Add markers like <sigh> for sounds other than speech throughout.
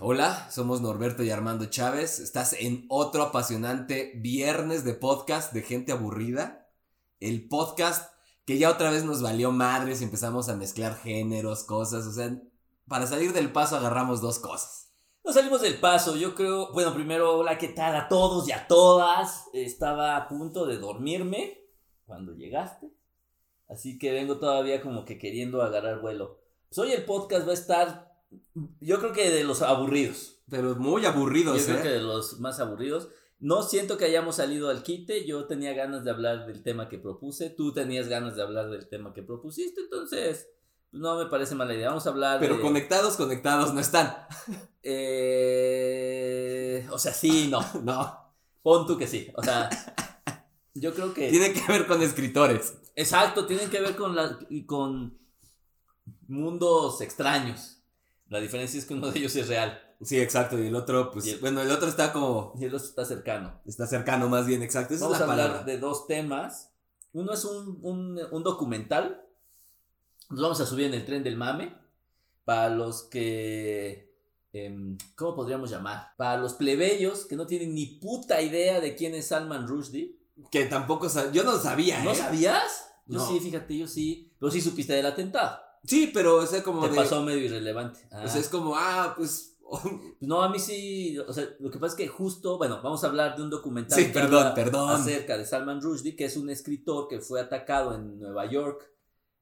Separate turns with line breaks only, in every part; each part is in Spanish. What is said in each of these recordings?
Hola, somos Norberto y Armando Chávez. Estás en otro apasionante viernes de podcast de gente aburrida. El podcast que ya otra vez nos valió madres y empezamos a mezclar géneros, cosas. O sea, para salir del paso agarramos dos cosas.
Nos salimos del paso, yo creo, bueno, primero, hola, ¿qué tal a todos y a todas? Estaba a punto de dormirme cuando llegaste, así que vengo todavía como que queriendo agarrar vuelo. Pues hoy el podcast va a estar, yo creo que de los aburridos,
Pero muy
yo
aburridos,
creo que
¿eh?
de los más aburridos. No siento que hayamos salido al quite, yo tenía ganas de hablar del tema que propuse, tú tenías ganas de hablar del tema que propusiste, entonces no me parece mala idea, vamos a hablar
Pero
de-
conectados, conectados no están. <laughs>
eh, o sea, sí, no.
No,
Pon tú que sí. O sea, yo creo que.
tiene que ver con escritores.
Exacto, tienen que ver con, la, y con mundos extraños. La diferencia es que uno de ellos es real
Sí, exacto. Y el otro, pues,
Y el-
bueno, el otro está como,
y el otro está cercano.
está cercano más bien, exacto. Esa
Vamos
es
a
la
hablar
palabra.
de dos temas. Uno es un, un, un documental. Nos vamos a subir en el tren del mame. Para los que. em, ¿Cómo podríamos llamar? Para los plebeyos que no tienen ni puta idea de quién es Salman Rushdie.
Que tampoco, sab- yo no sabía,
¿No
¿eh?
sabías? Yo
No.
sí, fíjate, yo sí. Pero sí supiste del atentado.
Sí, pero, o sea, como
Te
de...
pasó medio irrelevante. Ah.
O sea, es como, ah, pues. <laughs>
No, a mí sí. O sea, lo que pasa es que justo, bueno, vamos a hablar de un documental.
sí,
que
perdón,
habla
perdón.
Acerca de Salman Rushdie, que es un escritor que fue atacado en Nueva York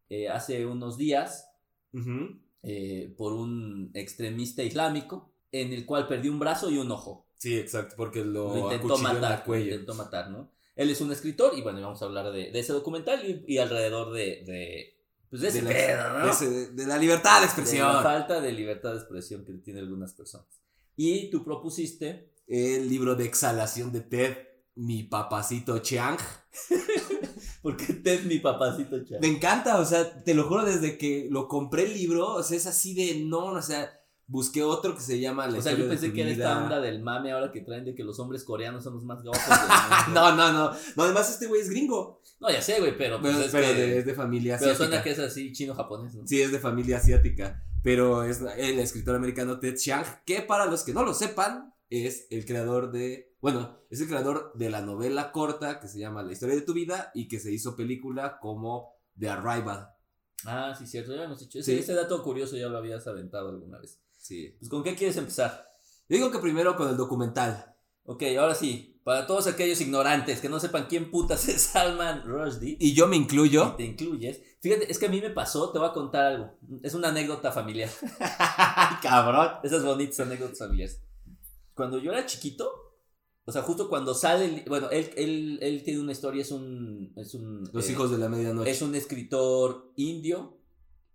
eh, hace unos días
Ujú.
eh, por un extremista islámico, en el cual perdió un brazo y un ojo.
Sí, exacto, porque
Lo
lo,
intentó
Oh, acuchilló en la
matar. lo
cuello.
intentó matar, ¿no? Él es un escritor y bueno, vamos a hablar de, de ese documental y, y alrededor de, de, pues de ese
la,
pedo, ¿no?
de ese- de la libertad de
de
expresión.
la falta de libertad de expresión que tienen algunas personas. Y tú propusiste,
El libro de exhalación de Ted, mi papacito Chiang.
porque <laughs> Ted mi papacito Chávez.
Me encanta, o sea, te lo juro, desde que lo compré el libro, o sea, es así de no, o sea, busqué otro que se llama La
O sea,
historia
yo
de
pensé
tu
que era
vida.
esta onda del mame ahora que traen de que los hombres coreanos son los más guapos del mundo.
<laughs> No, no, no. No, además este güey es gringo.
no, ya sé, güey, pero, pues
Pero,
es
pero
que-
de- es de familia
pero
asiática.
suena que es así chino-japonés, ¿no?
Sí, es de familia asiática, pero es el escritor americano Ted Chiang, que para los que no lo sepan, es el creador de, bueno, es el creador de la novela corta que se llama La historia de tu vida y que se hizo película como The Arrival.
Ah, sí, cierto, ya hemos dicho. Ese,
Sí.
ese dato curioso ya lo habías aventado alguna vez.
Sí.
Pues, ¿con qué quieres empezar?
Yo digo que primero con el documental.
Ok, ahora sí, para todos aquellos ignorantes que no sepan quién putas <laughs> es Salman Rushdie,
Y yo me
y
incluyo.
<laughs> te incluyes. Fíjate, es que a mí me pasó, te voy a contar algo. Es una anécdota familiar. <laughs>
Ay, cabrón.
Esas bonitas anécdotas familiares. Cuando yo era chiquito, o sea, justo cuando sale, el- bueno, él, él, él tiene una historia, es un... Es un
Los
eh,
hijos de la medianoche.
Es un escritor indio.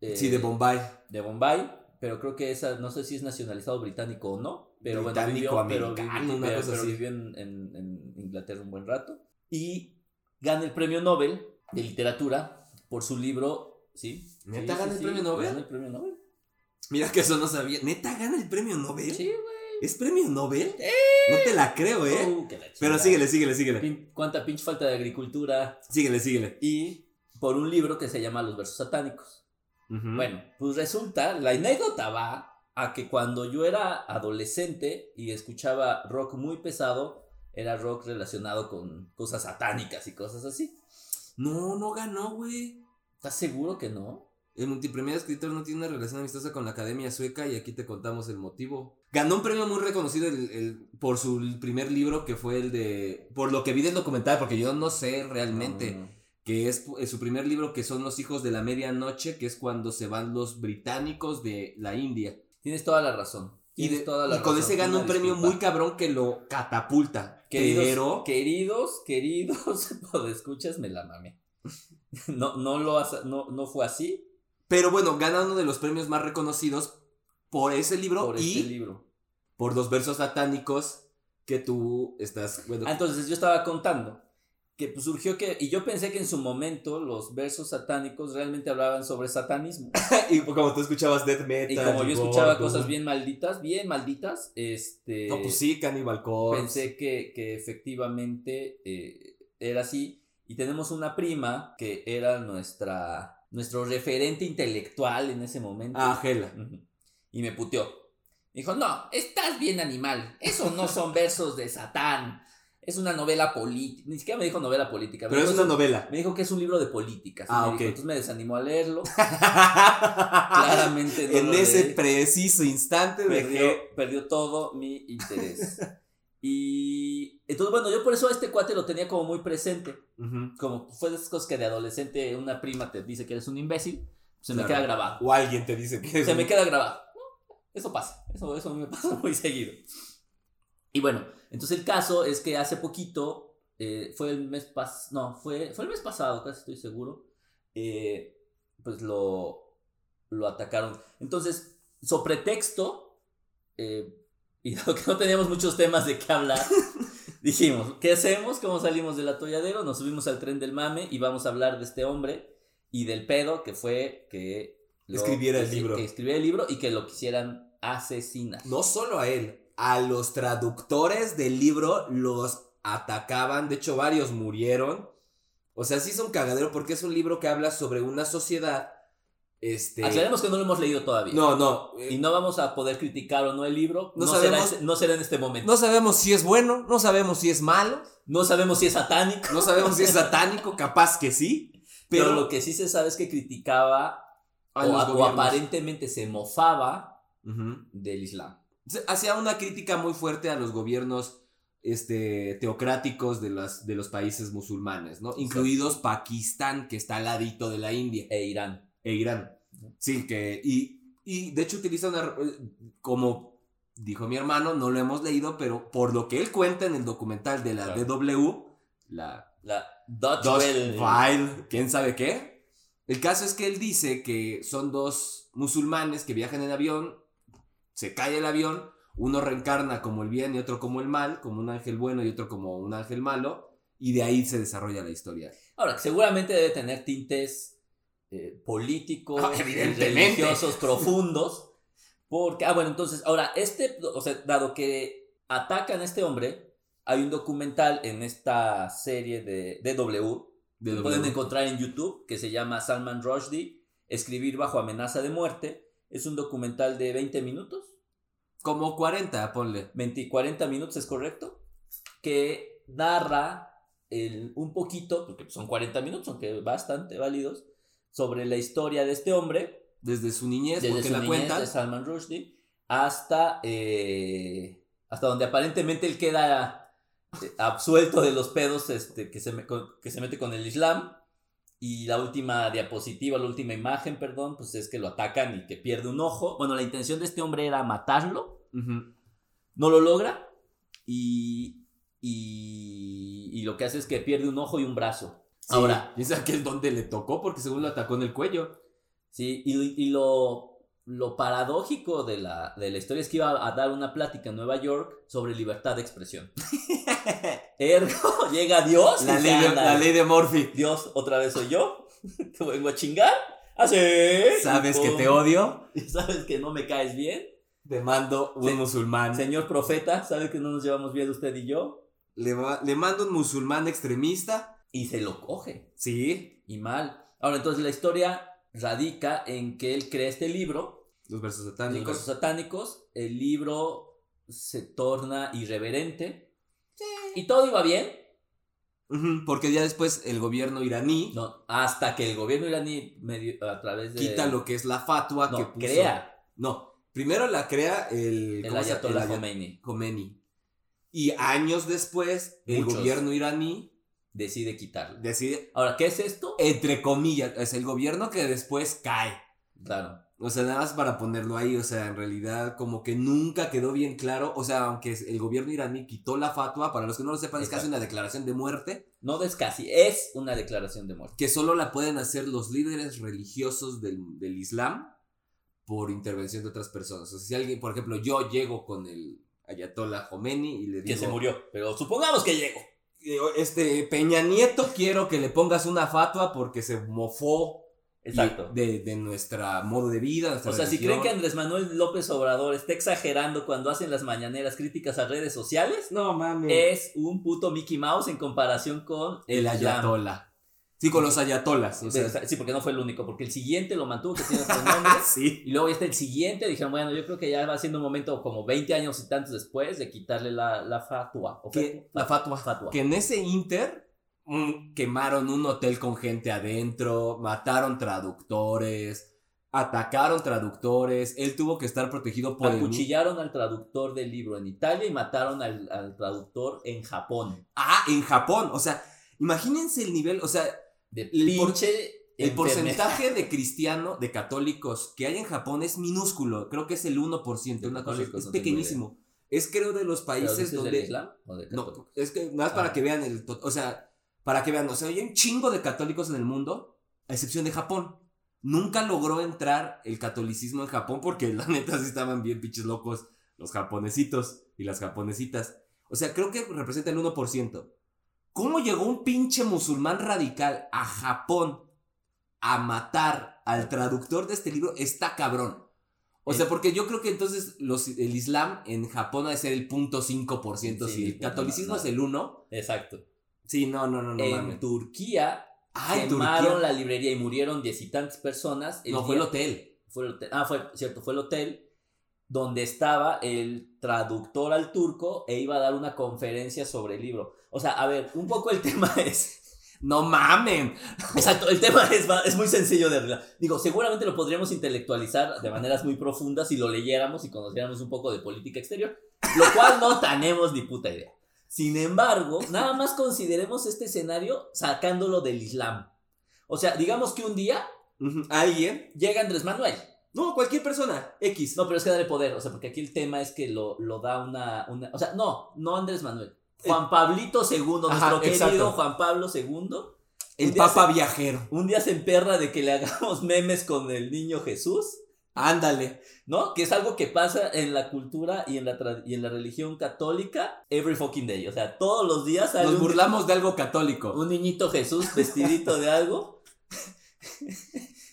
eh,
sí, de Bombay.
de Bombay, pero creo que esa, no sé si es nacionalizado británico o no, pero bueno, vivió, pero,
Británico-americano,
vivió-
una
pero-
cosa
pero
así.
vivió en, en- en Inglaterra un buen rato. Y gana el premio Nobel de literatura por su libro, ¿sí?
¿Neta
Sí,
gana
sí,
el
sí,
premio Nobel?
Gana el premio Nobel.
Mira que eso no sabía. ¿Neta gana el premio Nobel?
Sí, güey.
¿Es premio Nobel? No te la creo, ¿eh?
Uh, que la
Pero
chingada.
síguele, síguele, síguele.
Pin- cuánta pinche falta de agricultura.
Síguele, síguele.
Y por un libro que se llama Los versos satánicos.
Ujú.
Bueno, pues resulta, la anécdota va a que cuando yo era adolescente y escuchaba rock muy pesado, era rock relacionado con cosas satánicas y cosas así.
No, no ganó, güey.
¿Estás seguro que no?
El multipremiado escritor no tiene una relación amistosa con la Academia Sueca y aquí te contamos el motivo. Ganó un premio muy reconocido el- el- por su primer libro que fue el de... Por lo que vi del documental, porque yo no sé realmente,
No, no, no.
que es pu- eh, su primer libro que son Los hijos de la medianoche, que es cuando se van los británicos de la India.
Tienes toda la razón.
Y,
Tienes
de-
toda la
y con
razón.
ese ganó
Una
un premio
disculpa.
muy cabrón que lo catapulta.
Queridos,
pero...
queridos, queridos, <laughs> cuando escuchas, me la mamé. No, no, lo, has- no, no fue así
Pero bueno, gana uno de los premios más reconocidos por ese libro
por
y...
este libro.
por los versos satánicos que tú estás. Bueno,
Ah, Entonces yo estaba contando que pues, surgió que, y yo pensé que en su momento los versos satánicos realmente hablaban sobre satanismo.
<laughs> y como tú escuchabas death metal.
Y como yo escuchaba
Gordoon.
cosas bien malditas, bien malditas, este,
No, pues sí, Cannibal Corpse.
pensé que, que efectivamente eh, era así. Y tenemos una prima que era nuestra, nuestro referente intelectual en ese momento.
Ah, Gela.
Ujú. Y me puteó. Y Dijo, no, estás bien animal. Eso no son versos de Satán. Es una novela política. Ni siquiera me dijo novela política. me
Pero es
dijo-
una novela.
Me dijo que es un libro de política.
Ah, ok. Ah,
Entonces me desanimó a
<laughs>
leerlo. Claramente no
en
lo
ese
leí.
preciso instante
perdió,
dejé.
perdió todo mi
<laughs>
interés. y entonces, bueno, yo por eso a este cuate lo tenía como muy presente.
Ujú.
Como fue de esas cosas que de adolescente una prima te dice que eres un imbécil, se me
Claro.
queda grabado.
O alguien te dice que es
<laughs> Se
un-
me queda grabado. Eso pasa, eso, eso a mí me <laughs> pasa muy seguido. Y bueno, entonces el caso es que hace poquito, eh, fue el mes pasado, no, fue, fue el mes pasado, casi estoy seguro, eh, pues lo, lo atacaron. Entonces, sobre texto, eh, <laughs> y dado que no teníamos muchos temas de
<laughs>
qué hablar, dijimos, ¿qué hacemos? ¿Cómo salimos del atolladero? Nos subimos al tren del mame y vamos a hablar de este hombre y del pedo que fue que...
Escribiera el
que-
libro.
Que escribiera el libro y que lo quisieran asesinar.
<laughs> No solo a él, a los traductores del libro los atacaban, de hecho varios murieron. O sea, sí es un cagadero porque es un libro que habla sobre una sociedad. Este.
Aclaremos Ah, que no lo hemos leído todavía.
No, no. eh,
Y no vamos a poder criticar o no el libro. No,
No
será,
sabemos-
este- no será en este momento.
No sabemos si es bueno, no sabemos si es malo,
No, sabemos si es satánico.
no sabemos
<laughs>
si es satánico, capaz que sí,
Pero,
pero,
lo que sí se sabe es que criticaba o,
a los
a- o
gobiernos.
aparentemente se mofaba
Ujú.
del Islam.
Se- Hacía una crítica muy fuerte a los gobiernos este, teocráticos de, las, de los países musulmanes, ¿no? Incluidos Pakistán, que está al ladito de la India.
E Irán.
e Irán. Sí, que. Y, y de hecho utiliza una. eh, Como dijo mi hermano, no lo hemos leído, pero por lo que él cuenta en el documental de la
Claro.
DW, la.
La Dutch
Dos
Well.
Weil, quién sabe qué. El caso es que él dice que son dos musulmanes que viajan en avión, se cae el avión, uno reencarna como el bien y otro como el mal, como un ángel bueno y otro como un ángel malo, y de ahí se desarrolla la historia.
Ahora, que seguramente debe tener tintes eh, políticos,
Ah, evidentemente. <laughs>
religiosos profundos. Porque, ah, bueno, entonces, ahora, este, o sea, dado que atacan a este hombre, hay un documental en esta serie de DW,
De
lo pueden
DW.
encontrar en YouTube, que se llama Salman Rushdie, Escribir bajo amenaza de muerte. Es un documental de 20 minutos,
Como 40, ponle.
20 y 40 minutos, ¿es correcto? Que narra el- un poquito, porque son 40 minutos, aunque bastante válidos, sobre la historia de este hombre,
Desde su niñez,
desde
porque
su
la
niñez
cuentan.
de Salman Rushdie, hasta, eh, hasta donde aparentemente él queda eh, absuelto de los pedos este, que, se me- con- que se mete con el Islam. Y la última diapositiva, la última imagen, perdón, pues es que lo atacan y que pierde un ojo. Bueno, la intención de este hombre era matarlo,
Ujú.
no lo logra y, y, y lo que hace es que pierde un ojo y un brazo. Ahora,
Ahora, <laughs> piensa que es donde le tocó, porque según lo atacó en el cuello.
sí, y, y lo, lo paradójico de la, de la historia es que iba a dar una plática en Nueva York sobre libertad
<laughs>
de expresión. Ergo, llega Dios. y
La,
dice,
ley, de,
"Ándale,
la ley de
<laughs>
Murphy.
Dios, otra vez soy yo. <laughs> Te vengo a chingar. Así.
¿Sabes que te
odio.
odio?
<laughs> Sabes que no me caes bien.
Te mando un
Sí.
musulmán.
Señor profeta, sabes que no nos llevamos bien usted y yo.
Le, va- le mando un musulmán extremista.
Y se lo coge.
Sí.
y mal. Ahora, entonces la historia radica en que él crea este libro,
Los versos
Los
satánicos.
versos satánicos, el libro se torna irreverente y todo iba bien,
Ujú, porque ya después el gobierno iraní
no, hasta que el gobierno iraní medio- a través de...
quita lo que es la fatua
eh, no,
que puso.
crea
No, primero la crea el...
el
¿cómo se-
Ayatollah
el Ayat-
Khomeini,
Khomeini. Y años después, el
Muchos.
gobierno iraní
decide quitarlo.
decide,
Ahora, ¿qué es esto?
entre comillas, es el gobierno que después cae.
Claro,
O sea, nada más para ponerlo ahí, o sea, en realidad como que nunca quedó bien claro, o sea, aunque es- el gobierno iraní quitó la fatua, para los que no lo sepan es casi
Exacto.
una declaración de muerte,
no es casi, es una declaración de muerte.
que solo la pueden hacer los líderes religiosos del, del Islam por intervención de otras personas. O sea, si alguien, por ejemplo, yo llego con el Ayatollah Khomeini y le
Que
digo,
se murió, pero supongamos que llegó.
"Eh, o- este Peña Nieto quiero que le pongas una fatua porque se mofó y-
Exacto.
de, de nuestra modo de vida. nuestra
O sea, si
religión".
creen que Andrés Manuel López Obrador está exagerando cuando hacen las mañaneras críticas a redes sociales,
No mames.
es un puto Mickey Mouse en comparación con
Mm. el
Islam.
Ayatollah. Sí, con los ayatolas. O sea,
Exacto, sí, porque no fue el único, porque el siguiente lo mantuvo, que tiene otro
<laughs>
nombre.
sí.
Y luego ya está el siguiente, dijeron, bueno, yo creo que ya va siendo un momento como 20 años y tantos después de quitarle la, la fatua. ¿o
Que-
fatua?
la fatua.
Fatua.
Que en ese Inter mm, quemaron un hotel con gente adentro, mataron traductores, atacaron traductores. Él tuvo que estar protegido por el.
Acuchillaron al traductor del libro en Italia y mataron al, al traductor en Japón.
Ah, en Japón. O sea, imagínense el nivel. O sea,
De
El por-
pinche
el
enfermedad.
porcentaje de cristiano, de católicos que hay en Japón es minúsculo. Creo que es el 1%.
De
una cosa,
católicos,
es
no tengo
pequeñísimo. Es creo de los
¿Pero
países
dices del
donde.
Islam o del católico?
No, es que nada más para
Ah.
que vean el. to- O sea, para que vean, o sea, hay un chingo de católicos en el mundo, a excepción de Japón. Nunca logró entrar el catolicismo en Japón porque la <laughs> neta sí estaban bien pinches locos los japonesitos y las japonesitas. O sea, creo que representa el 1%. ¿Cómo llegó un pinche musulmán radical a Japón a matar al traductor de este libro? Está cabrón. O sea, porque yo creo que entonces los- el Islam en Japón ha de ser el punto 5%.
Sí,
si el
puta
catolicismo
madre.
es el 1.
Exacto.
Sí, no, no, no, no.
en
mames.
Turquía
Ah, en
quemaron
Turquía.
la librería y murieron diez y tantas personas. El
No, fue el
día-
hotel.
fue el hotel- Ah, fue, cierto, fue el hotel donde estaba el traductor al turco e iba a dar una conferencia sobre el libro. O sea, a ver, un poco el <laughs> tema es...
No mamen.
Exacto, el tema es, va- es muy sencillo de arreglar. Digo, seguramente lo podríamos intelectualizar de maneras muy profundas si lo leyéramos y conociéramos un poco de política exterior, lo cual no tenemos ni puta idea. Sin embargo, nada más consideremos este escenario sacándolo del Islam. O sea, digamos que un día
Ujú. ¿Alguien?
llega Andrés Manuel.
No, cualquier persona. X.
No, pero es que darle poder, o sea, porque aquí el tema es que lo, lo da una, una- O sea, no, no Andrés Manuel. Juan Pablito II, nuestro
Eh, Ajá,
querido
exacto.
Juan Pablo II.
El
Un día
Papa Viajero.
Un día se emperra de que le hagamos memes con el niño Jesús,
Ándale.
¿no? Que es algo que pasa en la cultura y en la, tra- y en la religión católica every fucking day. O sea, todos los días sale
Nos
un,
burlamos de algo católico.
<laughs> un niñito Jesús vestidito de algo,
<laughs>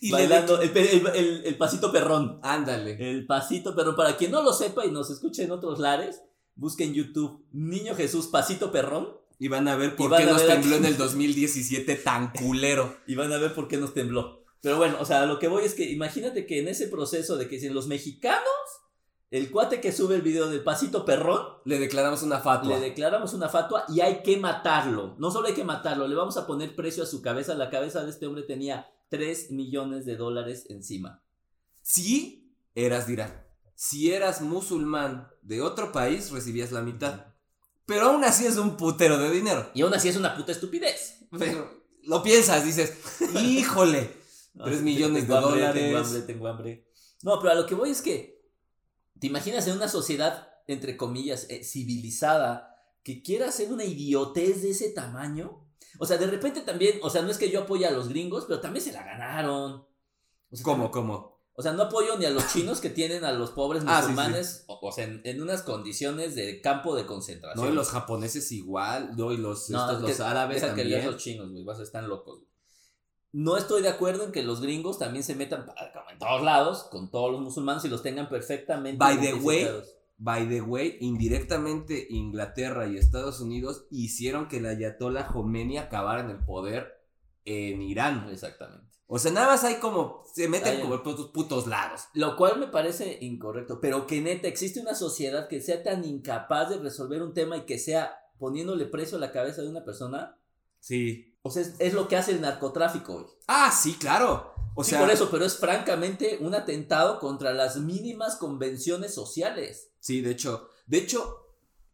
Y le-
bailando el, pe- el- el- el pasito perrón.
Ándale.
El pasito perrón. Para quien no lo sepa y nos escuche en otros lares, busquen YouTube Niño Jesús Pasito Perrón
Y van a ver por
van
qué
a
nos
ver a
tembló
quién-
en <laughs> el 2017 tan culero.
y van a ver por qué nos tembló. Pero bueno, o sea, lo que voy es que imagínate que en ese proceso de que dicen los mexicanos, el cuate que sube el video del pasito perrón,
Le declaramos una fatua.
le declaramos una fatua y hay que matarlo. No solo hay que matarlo, le vamos a poner precio a su cabeza. La cabeza de este hombre tenía 3 millones de dólares encima.
Si eras, dirá, si eras musulmán de otro país, recibías la mitad. Pero aún así es un putero de dinero.
Y aún así es una puta estupidez.
Pero lo piensas, dices, híjole. Tres
Ay,
millones
tengo
de
hambre, Tengo
dólares.
hambre, tengo hambre. No, pero a lo que voy es que te imaginas en una sociedad, entre comillas, eh, civilizada, que quiera hacer una idiotez de ese tamaño. O sea, de repente también, o sea, no es que yo apoye a los gringos, pero también se la ganaron. O sea,
¿Cómo, cómo?
O sea, no apoyo ni a los chinos que tienen a los pobres
<laughs> Ah, sí, sí.
musulmanes, O, o sea, en, en unas condiciones de campo de
No,
concentración.
y los japoneses igual, no, y los,
No,
estos,
que-
los árabes
deja que leas
también.
los chinos, güey. Vas a estar locos, güey. No estoy de acuerdo en que los gringos también se metan pa- como en todos lados con todos los musulmanes y los tengan perfectamente.
By the way,
identificados.
By the way, indirectamente Inglaterra y Estados Unidos hicieron que la ayatollah Khomeini acabara en el poder en Irán.
Exactamente.
O sea, nada más hay como, se meten
Ay,
como por tus putos lados.
Lo cual me parece incorrecto, pero que neta existe una sociedad que sea tan incapaz de resolver un tema y que sea poniéndole preso a la cabeza de una persona.
Sí.
O sea, es, es lo que hace el narcotráfico, güey.
Ah, sí, claro. O
sí,
sea,
por eso, pero es francamente un atentado contra las mínimas convenciones sociales.
Sí, de hecho, de hecho,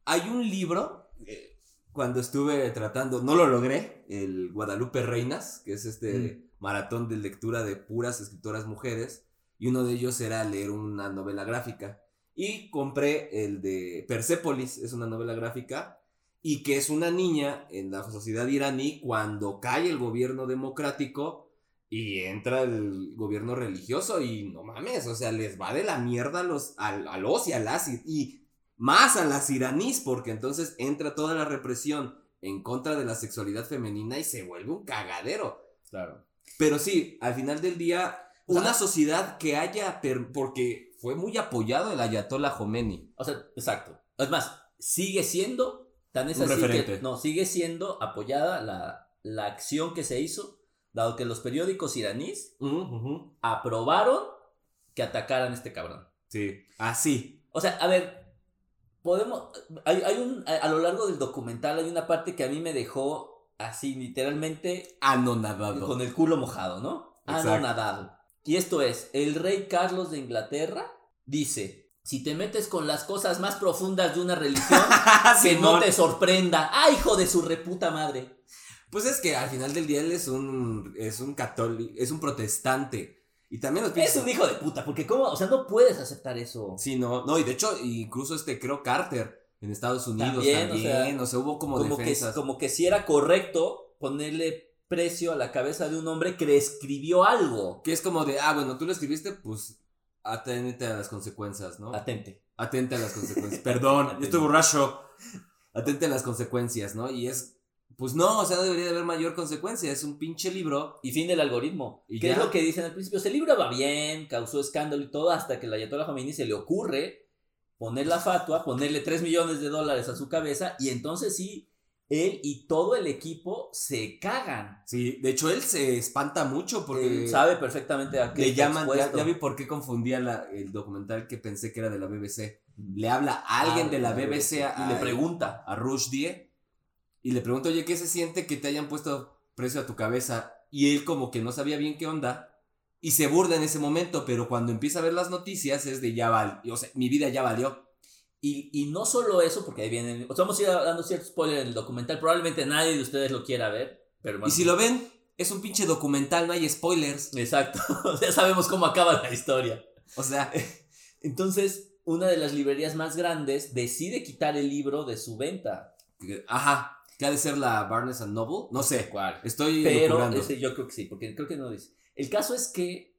hay un libro, eh, cuando estuve tratando, no lo logré, el Guadalupe Reinas, que es este maratón de lectura de puras escritoras mujeres, y uno de ellos era leer una novela gráfica. Y compré el de Persepolis, es una novela gráfica, y que es una niña en la sociedad iraní cuando cae el gobierno democrático y entra el gobierno religioso y no mames, o sea, les va de la mierda a los, a, a los y a las y, y más a las iraníes porque entonces entra toda la represión en contra de la sexualidad femenina y se vuelve un cagadero.
Claro.
Pero sí, al final del día, una
Ah.
sociedad que haya, per- porque fue muy apoyado el ayatollah Khomeini.
O sea, exacto. Es más, sigue siendo, tan es
Un
así
referente.
que, no, sigue siendo apoyada la, la acción que se hizo dado que los periódicos iraníes
Ujú, ujú.
aprobaron que atacaran a este cabrón.
Sí. Así.
O sea, a ver, podemos. Hay, hay un. A, a lo largo del documental hay una parte que a mí me dejó así, literalmente,
Anonadado. <laughs>
con el culo mojado, Ah, ¿no?
Exacto.
Anonadado. Y esto es: el rey Carlos de Inglaterra dice. Si te metes con las cosas más profundas de una <laughs> religión, que no
Simón.
te sorprenda. ¡Ah, hijo de su reputa madre!
Pues es que al final del día él es un. Es un católico. Es un protestante. Y también los
Es
pinches-
un hijo de puta, porque cómo, o sea, no puedes aceptar eso.
Sí, no. No, y de hecho, incluso este, creo, Carter. En Estados Unidos
También,
también.
o
O, sea, hubo como,
como que,
defensas.
como que si era correcto ponerle precio a la cabeza de un hombre que escribió algo.
Que es como de, ah, bueno, tú lo escribiste, pues atente a las consecuencias, ¿no?
Atente.
Atente a las
<laughs>
consecuencias. Perdón, yo estoy borracho. Atente a las consecuencias, ¿no? Y es, pues no, o sea, debería de haber mayor consecuencia. Es un pinche libro.
Y fin del algoritmo.
Y
que
ya.
es lo que dicen al principio? Se libro va bien, causó escándalo y todo, hasta que la Ayatollah Khomeini se le ocurre poner la fatua, ponerle 3 millones de dólares a su cabeza, y entonces sí, él y todo el equipo se cagan. Eh,
Sí, de hecho él se espanta mucho porque
Él sabe perfectamente a qué
le
está
llaman, ya,
expuesto.
ya vi por qué confundía la- el documental que pensé que era de la BBC. Le habla
Ah,
a alguien de la BBC a,
y le pregunta.
a Rushdie y le pregunto, oye, ¿qué se siente que te hayan puesto precio a tu cabeza? Y él como que no sabía bien qué onda y se burda en ese momento, pero cuando empieza a ver las noticias es de ya valió, o sea, mi vida ya valió.
Y, y no solo eso, porque ahí vienen. O sea, vamos a ir dando cierto spoiler en el documental. Probablemente nadie de ustedes lo quiera ver. Pero bueno.
Y si lo ven, es un pinche documental, no hay spoilers.
Exacto. <laughs> ya sabemos cómo acaba la historia.
O sea,
Entonces, una de las librerías más grandes decide quitar el libro de su venta.
ajá, ¿qué ha de ser la Barnes and Noble? No sé,
¿Cuál?
estoy
Pero
lucubrando.
ese yo creo que sí, porque creo que no dice. El caso es que.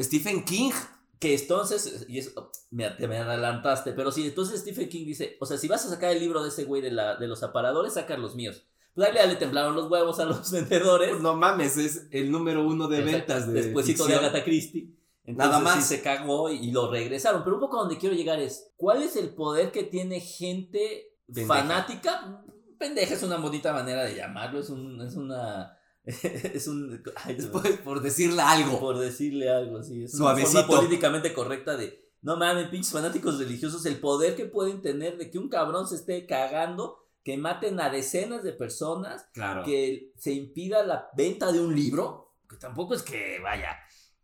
Stephen King.
Que entonces. Y es, oh, me, te me adelantaste. Pero sí, entonces Stephen King dice: O sea, si vas a sacar el libro de ese güey de, la, de los aparadores, sacar los míos. Pues ahí le temblaron los huevos a los <laughs> vendedores.
pues No mames, es el número uno de
Exacto.
ventas de
Despuésito de
ficción.
Agatha Christie.
Nada
Nada más.
más.
se cagó y, y lo regresaron. Pero un poco donde quiero llegar es, ¿cuál es el poder que tiene gente
Pendeja.
fanática? Pendeja es una bonita manera de llamarlo, es, un, es una... <laughs> Es un... ay,
Es
no,
por, por decirle algo.
por decirle algo así. Es
Suavecito.
una forma políticamente correcta de... No mames, pinches fanáticos religiosos, el poder que pueden tener de que un cabrón se esté cagando, que maten a decenas de personas
Claro.
que se impida la venta de un libro, que tampoco es que vaya.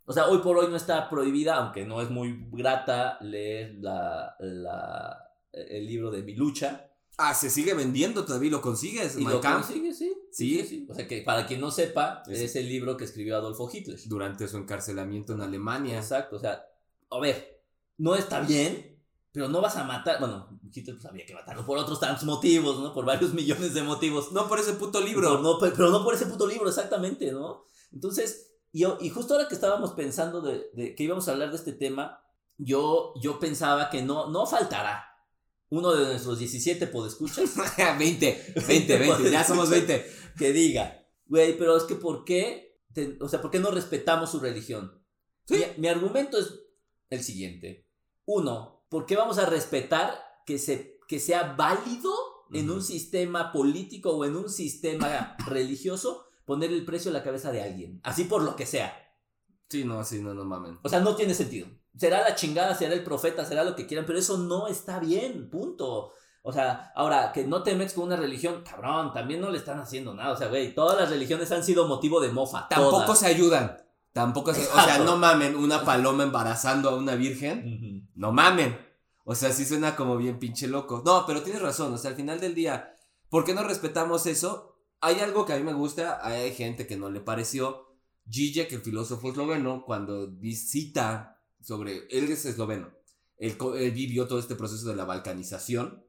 O sea, hoy por hoy no está prohibida, aunque no es muy grata leer la, la- el libro de mi lucha.
Ah, se sigue vendiendo todavía, lo consigues.
Y
My
lo
Kampf,
consigue, sí.
Sí.
O sea, que para quien no sepa,
Es-
es, el libro que escribió Adolfo Hitler.
Durante su encarcelamiento en Alemania.
Exacto, o sea, a ver, no está bien, pero no vas a matar. Bueno, Hitler pues había que matarlo por otros tantos motivos, ¿no? Por varios millones de motivos.
No por ese puto
Pero
libro.
no, pe- pero no por ese puto libro, exactamente, ¿no? Entonces, y, yo- y justo ahora que estábamos pensando de, de que íbamos a hablar de este tema, yo, yo pensaba que no, no faltará uno de nuestros
<laughs>
17 podescuchas
20, 20, 20. Ya somos 20.
que diga, güey, pero es que ¿por qué? te- o sea, ¿por qué no respetamos su religión?
Sí.
Mi, mi argumento es el siguiente. Uno, ¿por qué vamos a respetar que, se, que sea válido en
Ujú.
un sistema político o en
<laughs>
un sistema religioso poner el precio a la cabeza de alguien? Así por lo que sea.
Sí, no, sí, no, no mamen.
O sea, no tiene sentido. Será la chingada, será el profeta, será lo que quieran, pero eso no está bien, punto. O sea, ahora, que no te metes con una religión, cabrón, también no le están haciendo nada. O sea, güey, todas las religiones han sido motivo de mofa.
Tampoco
todas.
se ayudan. Tampoco se. O sea,
Exacto.
no mamen. Una paloma embarazando a una virgen.
Ujú.
No mamen. O sea, sí suena como bien pinche loco. No, pero tienes razón. O sea, al final del día, ¿por qué no respetamos eso? Hay algo que a mí me gusta. Hay gente que no le pareció. Zizek, el filósofo esloveno, cuando di- cita sobre. Él es esloveno. Él, co- él vivió todo este proceso de la balcanización.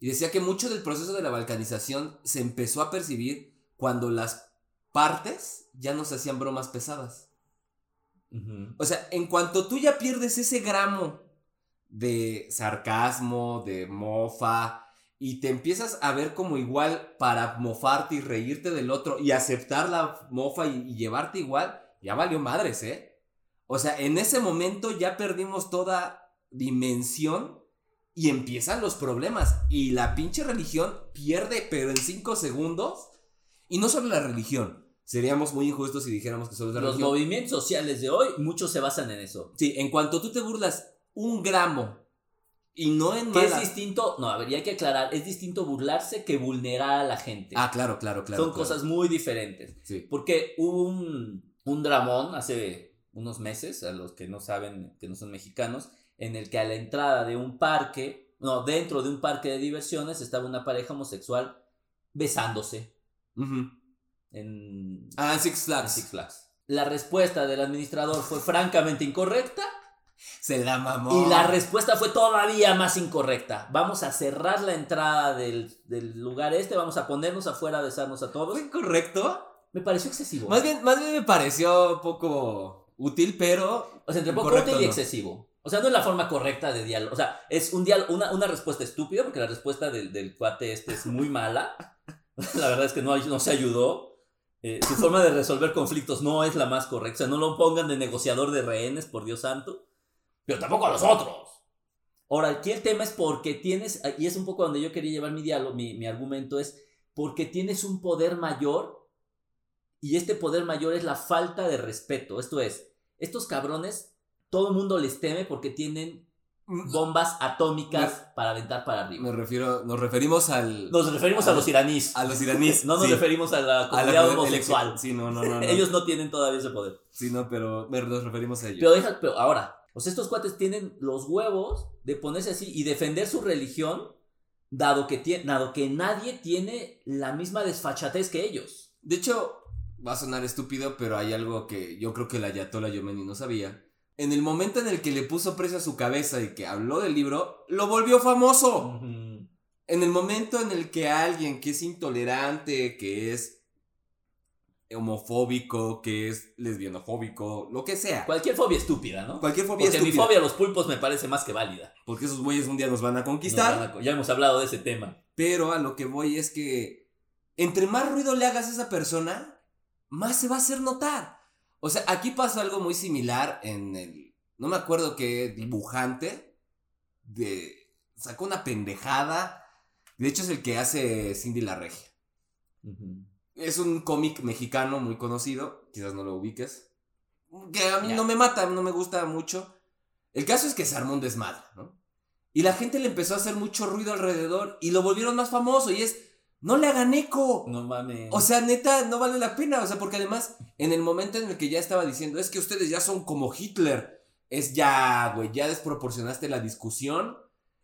Y decía que mucho del proceso de la balcanización se empezó a percibir cuando las partes ya nos hacían bromas pesadas.
Ujú.
O sea, en cuanto tú ya pierdes ese gramo de sarcasmo, de mofa, y te empiezas a ver como igual para mofarte y reírte del otro y aceptar la mofa y, y llevarte igual, ya valió madres, ¿eh? O sea, en ese momento ya perdimos toda dimensión y empiezan los problemas. Y la pinche religión pierde, pero en cinco segundos. Y no solo la religión, Seríamos muy injustos si dijéramos que solo es la
Los
religión.
movimientos sociales de hoy, muchos se basan en eso.
Sí, en cuanto tú te burlas un gramo y no en
Que es
mala-
distinto, no, a ver, y hay que aclarar, es distinto burlarse que vulnerar a la gente.
Ah, claro, claro, claro.
Son
claro.
cosas muy diferentes.
Sí.
Porque hubo un, un dramón hace unos meses, a los que no saben, que no son mexicanos, en el que a la entrada de un parque, no, dentro de un parque de diversiones estaba una pareja homosexual besándose
Ujú.
en,
Ah, en Six
en
Flags.
Six Flags. La respuesta del administrador fue francamente incorrecta
Se la mamó.
y la respuesta fue todavía más incorrecta. Vamos a cerrar la entrada del, del lugar este, vamos a ponernos afuera a besarnos a todos.
¿Fue correcto?
Me pareció excesivo.
Más bien, más bien me pareció poco útil, pero
O sea, entre poco
Incorrecto,
útil y
¿no?
excesivo. O sea, no es la forma correcta de diálogo. O sea, es un diálogo, una, una respuesta estúpida, porque la respuesta del, del cuate este es muy mala. <laughs> la verdad es que no, ay- no se ayudó. Eh, su forma de resolver conflictos no es la más correcta. O sea, no lo pongan de negociador de rehenes, por Dios santo. Pero tampoco a los otros. Ahora, aquí el tema es porque tienes, y es un poco donde yo quería llevar mi diálogo, mi, mi argumento es porque tienes un poder mayor y este poder mayor es la falta de respeto. Esto es, estos cabrones, todo el mundo les teme porque tienen bombas atómicas para aventar para arriba.
me refiero, nos referimos al,
Nos referimos a los iraníes.
a los iraníes.
No nos
sí.
referimos a la
a la
comunidad
comunidad
homosexual.
ele- Sí, no, no, no. no.
Ellos no tienen todavía ese poder.
Sí, no, pero me- nos referimos a ellos.
Pero deja, pero ahora, o sea, estos cuates tienen los huevos de ponerse así y defender su religión, dado que, tie- dado que nadie tiene la misma desfachatez que ellos.
De hecho, va a sonar estúpido, pero hay algo que yo creo que la Ayatollah Yomeni no sabía. En el momento en el que le puso precio a su cabeza y que habló del libro, lo volvió famoso. En el momento en el que alguien que es intolerante, que es homofóbico, que es lesbianofóbico, lo que sea,
Cualquier fobia estúpida, ¿no?
cualquier fobia
Porque mi
estúpida,
fobia a los pulpos me parece más que válida.
porque esos güeyes un día nos van a conquistar,
No, no, no, ya hemos hablado de ese tema.
pero a lo que voy es que entre más ruido le hagas a esa persona, más se va a hacer notar. O sea, aquí pasó algo muy similar en el, no me acuerdo qué dibujante, de, sacó una pendejada, de hecho es el que hace Cindy la Regia. Es un cómic mexicano muy conocido, quizás no lo ubiques. Que a mí
Ya.
no me mata, no me gusta mucho. El caso es que se armó un desmadre, ¿no? Y la gente le empezó a hacer mucho ruido alrededor y lo volvieron más famoso y es, no le hagan eco.
No mames.
O sea, neta, no vale la pena. O sea, porque además, en el momento en el que ya estaba diciendo, es que ustedes ya son como Hitler, es ya, güey, ya desproporcionaste la discusión.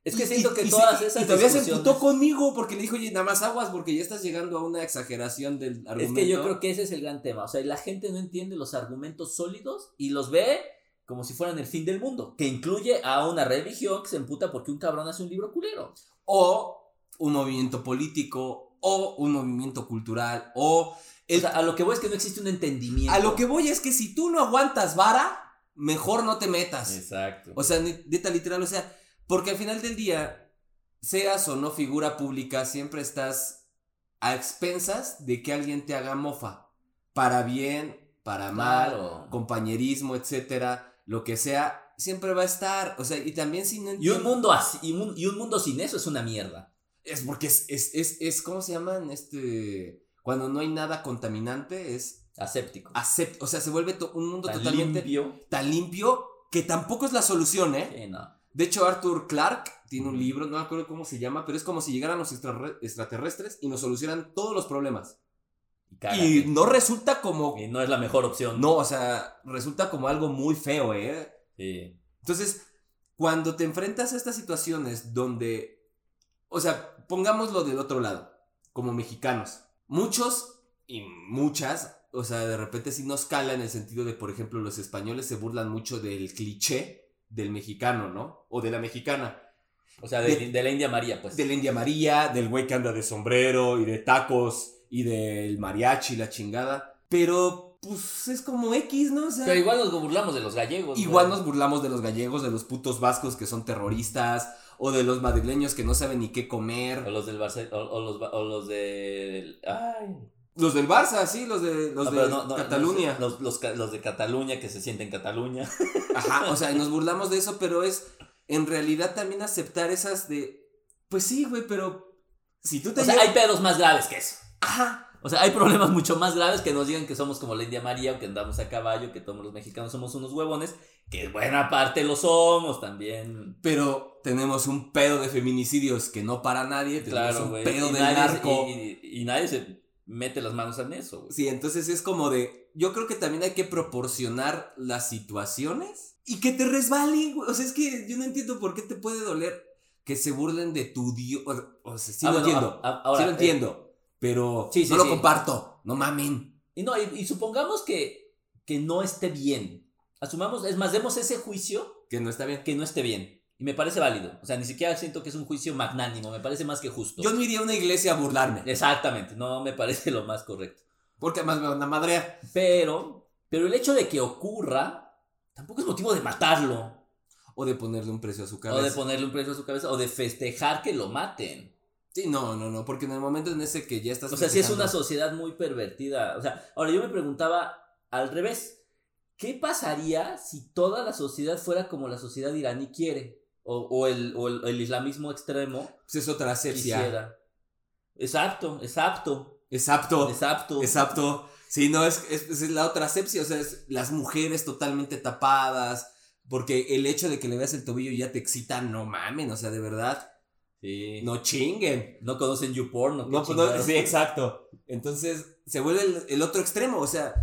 es que
Y-
siento
y-
que
y se-
todas
y
esas
todavía se
discusiones-
emputó conmigo porque le dijo, oye, nada más aguas porque ya estás llegando a una exageración del
Es
argumento.
que yo creo que ese es el gran tema. O sea, y la gente no entiende los argumentos sólidos y los ve como si fueran el fin del mundo, que incluye a una religión que se emputa porque un cabrón hace un libro culero.
o un movimiento político o un movimiento cultural o
O sea, a lo que voy es que no existe un entendimiento.
a lo que voy es que si tú no aguantas vara, mejor no te metas.
Exacto.
O sea, ne- neta literal, o sea, porque al final del día, seas o no figura pública, siempre estás a expensas de que alguien te haga mofa, para bien, para mal,
Claro.
compañerismo, etcétera, lo que sea, siempre va a estar, o sea, y también si no
Y un
entiendes-
mundo así, y un, y un mundo sin eso es una mierda.
Es porque es, es, es, es- ¿cómo se llaman? Este, cuando no hay nada contaminante, es
Aséptico.
acept, o sea, se vuelve to- un mundo
Tan
totalmente
limpio.
tan limpio que tampoco es la solución, ¿eh?
que no.
De hecho, Arthur Clarke tiene un libro, no me acuerdo cómo se llama, pero es como si llegaran los extrarre- extraterrestres y nos solucionan todos los problemas.
Y, cágate.
Y no resulta como,
Y no es la mejor opción.
no, o sea, resulta como algo muy feo, ¿eh?
Sí.
Entonces, cuando te enfrentas a estas situaciones donde, o sea, pongámoslo del otro lado, como mexicanos, muchos y muchas, o sea, de repente sí nos cala en el sentido de, por ejemplo, los españoles se burlan mucho del cliché del mexicano, ¿no? O de la mexicana.
O sea, de, de la India María, pues.
De la India María, del güey que anda de sombrero y de tacos y del mariachi, la chingada. Pero, pues, es como X, ¿no? O sea,
Pero igual nos burlamos de los gallegos.
Igual
güey.
nos burlamos de los gallegos, de los putos vascos que son terroristas, o de los madrileños que no saben ni qué
O
comer.
los del Barce- o, o los, ba- o los del- Ay.
Los del Barça, sí, los de, los
No,
de
pero no, no,
Cataluña.
Los, los ca- los de Cataluña que se sienten Cataluña.
Ajá, o sea,
<laughs>
y nos burlamos de eso, pero es en realidad también aceptar esas de. Pues sí, güey, pero si tú te.
O sea,
llevas-
hay pedos más graves que eso.
Ajá.
O sea, hay problemas mucho más graves que nos digan que somos como la India María o que andamos a caballo, que todos los mexicanos somos unos huevones, que buena parte lo somos también.
Pero tenemos un pedo de feminicidios que no para nadie, tenemos
Claro,
un
güey.
pedo
y,
de
nadie se-
narco.
y- y- y nadie se mete las manos en eso, güey.
Sí, entonces es como de, yo creo que también hay que proporcionar las situaciones y que te resbale, güey. O sea, es que yo no entiendo por qué te puede doler que se burlen de tu dios. O sea, sí
Ah,
lo
bueno,
entiendo.
a- a- ahora,
sí lo
eh,
entiendo. pero
sí, sí,
no lo
sí.
comparto. No mamen.
Y no, y, y supongamos que, que no esté bien. Asumamos, es más, demos ese juicio
Que no está bien.
que no esté bien. Y me parece válido. O sea, ni siquiera siento que es un juicio magnánimo, me parece más que justo.
Yo no iría a una iglesia a burlarme.
Exactamente, no me parece <laughs> lo más correcto.
Porque además me van a madrear.
Pero, pero el hecho de que ocurra tampoco es motivo de matarlo.
O de ponerle un precio a su cabeza.
O de ponerle un precio a su cabeza, o de festejar que lo maten.
Sí, no, no, no. Porque en el momento en ese que ya estás.
O sea, sí es
festejando-
una sociedad muy pervertida. O sea, ahora yo me preguntaba al revés, ¿qué pasaría si toda la sociedad fuera como la sociedad iraní quiere? O, o el, o el- el islamismo extremo
Pues es otra asepsia.
quisiera. Exacto, exacto,
Es apto.
exacto.
Exacto. Sí, no, es, es, es la otra asepsia, o sea, es las mujeres totalmente tapadas, porque el hecho de que le veas el tobillo ya te excita, no mamen, o sea, de verdad,
Sí. No,
no chinguen.
conocen YouPorn. ¿o qué
No, pues, no,
chingados?
sí, exacto. Entonces, se vuelve el, el otro extremo, o sea,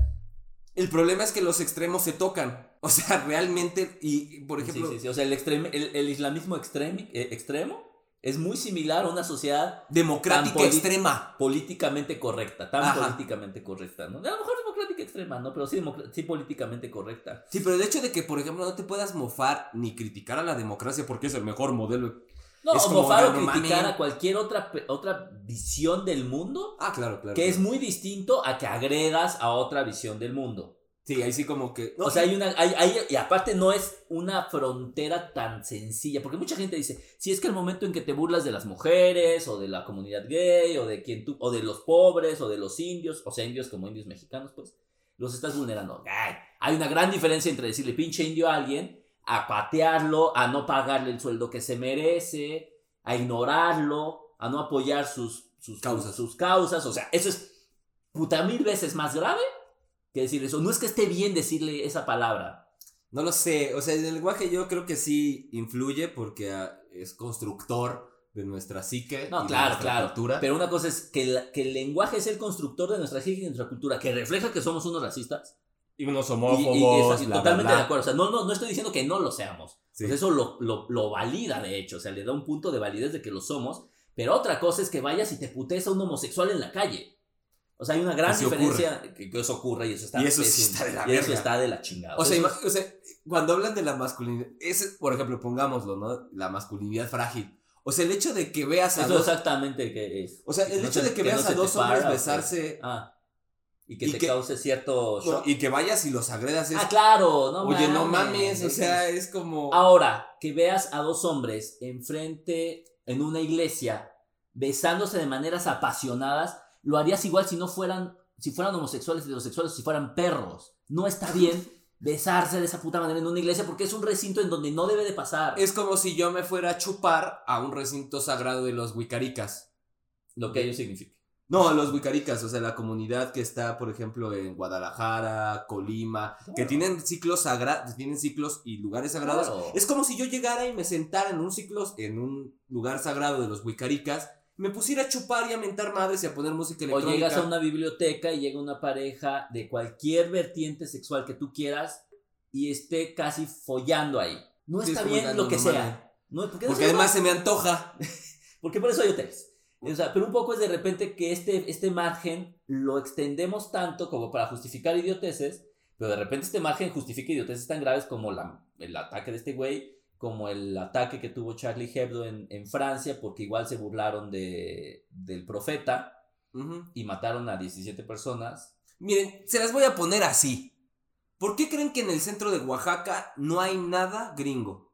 el problema es que los extremos se tocan, <laughs> o sea, realmente, y, y, por
Sí,
ejemplo,
sí, sí. O sea, el, extreme- el, el islamismo extremi- eh, extremo es muy similar a una sociedad
democrática
Tan poli-
extrema.
políticamente correcta, tan
Ajá.
políticamente correcta, ¿no? A lo mejor democrática extrema, ¿no? Pero sí, democra- sí políticamente correcta.
Sí, pero el hecho de que, por ejemplo, no te puedas mofar ni criticar a la democracia porque es el mejor modelo.
No,
Es
o
como,
mofar o
no mames.
criticar a cualquier otra, pe- otra visión del mundo
Ah, claro, claro.
que es muy distinto a que agredas a otra visión del mundo.
Sí, ahí sí como que...
O sea, hay una, hay, hay- y aparte no es una frontera tan sencilla, porque mucha gente dice, si es que el momento en que te burlas de las mujeres, o de la comunidad gay, o de quien tú, o de los pobres, o de los indios, o sea, indios como indios mexicanos, pues, los estás vulnerando. Ay, hay una gran diferencia entre decirle pinche indio a alguien, a patearlo, a no pagarle el sueldo que se merece, a ignorarlo, a no apoyar sus, sus
Causas.
Sus causas. O sea, eso es puta mil veces más grave que decir eso. No es que esté bien decirle esa palabra.
No lo sé, o sea, el lenguaje yo creo que sí influye porque ah, es constructor de nuestra psique. y
No,
de
claro,
nuestra
claro.
cultura.
Pero una cosa es que, la- que el lenguaje es el constructor de nuestra psique y de nuestra cultura, que refleja que somos unos racistas.
y unos
Y- y-
homófobos,
y es- y
bla, bla,
totalmente
bla.
de acuerdo. O sea, no, no, no estoy diciendo que no lo seamos.
Sí.
Pues eso lo, lo- lo valida, de hecho. O sea, le da un punto de validez de que lo somos. Pero otra cosa es que vayas y te putees a un homosexual en la calle. O sea, hay una gran
Que sí
diferencia que, que eso ocurra y eso está
Y eso sí
pésimo.
está de la
Y eso
verga.
está de la chingada.
O sea,
Eso
ima- o sea, cuando hablan de la masculinidad, ese, por ejemplo, pongámoslo, ¿no? La masculinidad frágil. O sea, el hecho de que veas
es
a
eso
dos...
exactamente que es.
O sea,
que
el
no
hecho
se-
de que
no
veas
se
a
te
dos hombres
para, o-
besarse
Ah. Y que
Y
te
que-
cause cierto
no,
shock.
y que vayas y los agredas es...
Ah, claro, no
Oye, no
mames,
mames, o sea, es como...
Ahora, que veas a dos hombres enfrente en una iglesia besándose de maneras apasionadas, lo harías igual si no fueran, si fueran homosexuales, heterosexuales, si fueran perros. No está bien
<laughs>
besarse de esa puta manera en una iglesia porque es un recinto en donde no debe de pasar.
Es como si yo me fuera a chupar a un recinto sagrado de los wicaricas.
lo que ello significa.
No, los wicaricas, o sea, la comunidad que está, por ejemplo, en Guadalajara, Colima, que
Claro.
tienen ciclos sagrados, tienen ciclos y lugares sagrados.
Claro.
Es como si yo llegara y me sentara en un ciclo, en un lugar sagrado de los wicaricas, me pusiera a chupar y a mentar madres y a poner música
O
electrónica.
llegas a una biblioteca y llega una pareja de cualquier vertiente sexual que tú quieras y esté casi follando ahí. No
Sí,
está
es como,
bien
"No,
lo que
no mames".
sea. No, ¿por qué no
Porque
se llama?
además se me antoja.
Porque por eso hay hoteles. O sea, pero un poco es de repente que este, este margen lo extendemos tanto como para justificar idioteces, pero de repente este margen justifica idioteces tan graves como la, el ataque de este güey, como el ataque que tuvo Charlie Hebdo en, en Francia, porque igual se burlaron de, del profeta
Ujú.
y mataron a 17 personas.
Miren, se las voy a poner así. ¿Por qué creen que en el centro de Oaxaca no hay nada gringo?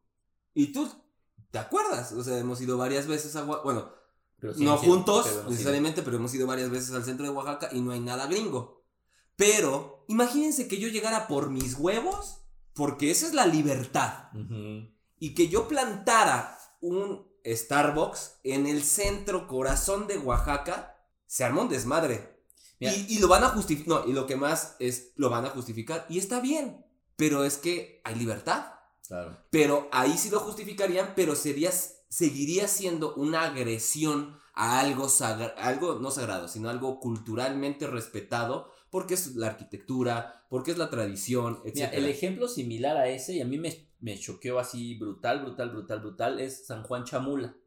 Y tú, ¿te acuerdas? O sea, hemos ido varias veces a Oaxaca. Bueno,
Pero sí,
no
sí,
juntos
pero no, sí.
necesariamente, pero hemos ido varias veces al centro de Oaxaca y no hay nada gringo. Pero imagínense que yo llegara por mis huevos, porque esa es la libertad,
Ujú.
y que yo plantara un Starbucks en el centro corazón de Oaxaca, se armó un desmadre.
Mira.
Y, y lo van a justificar. No, y lo que más es, lo van a justificar. Y está bien. Pero es que hay libertad.
Claro.
Pero ahí sí lo justificarían, pero sería, seguiría siendo una agresión a algo, sagra- algo no sagrado, sino algo culturalmente respetado, porque es la arquitectura, porque es la tradición, etc.
Mira, el ejemplo similar a ese, y a mí me, me choqueó así brutal, brutal, brutal, brutal, es San Juan Chamula.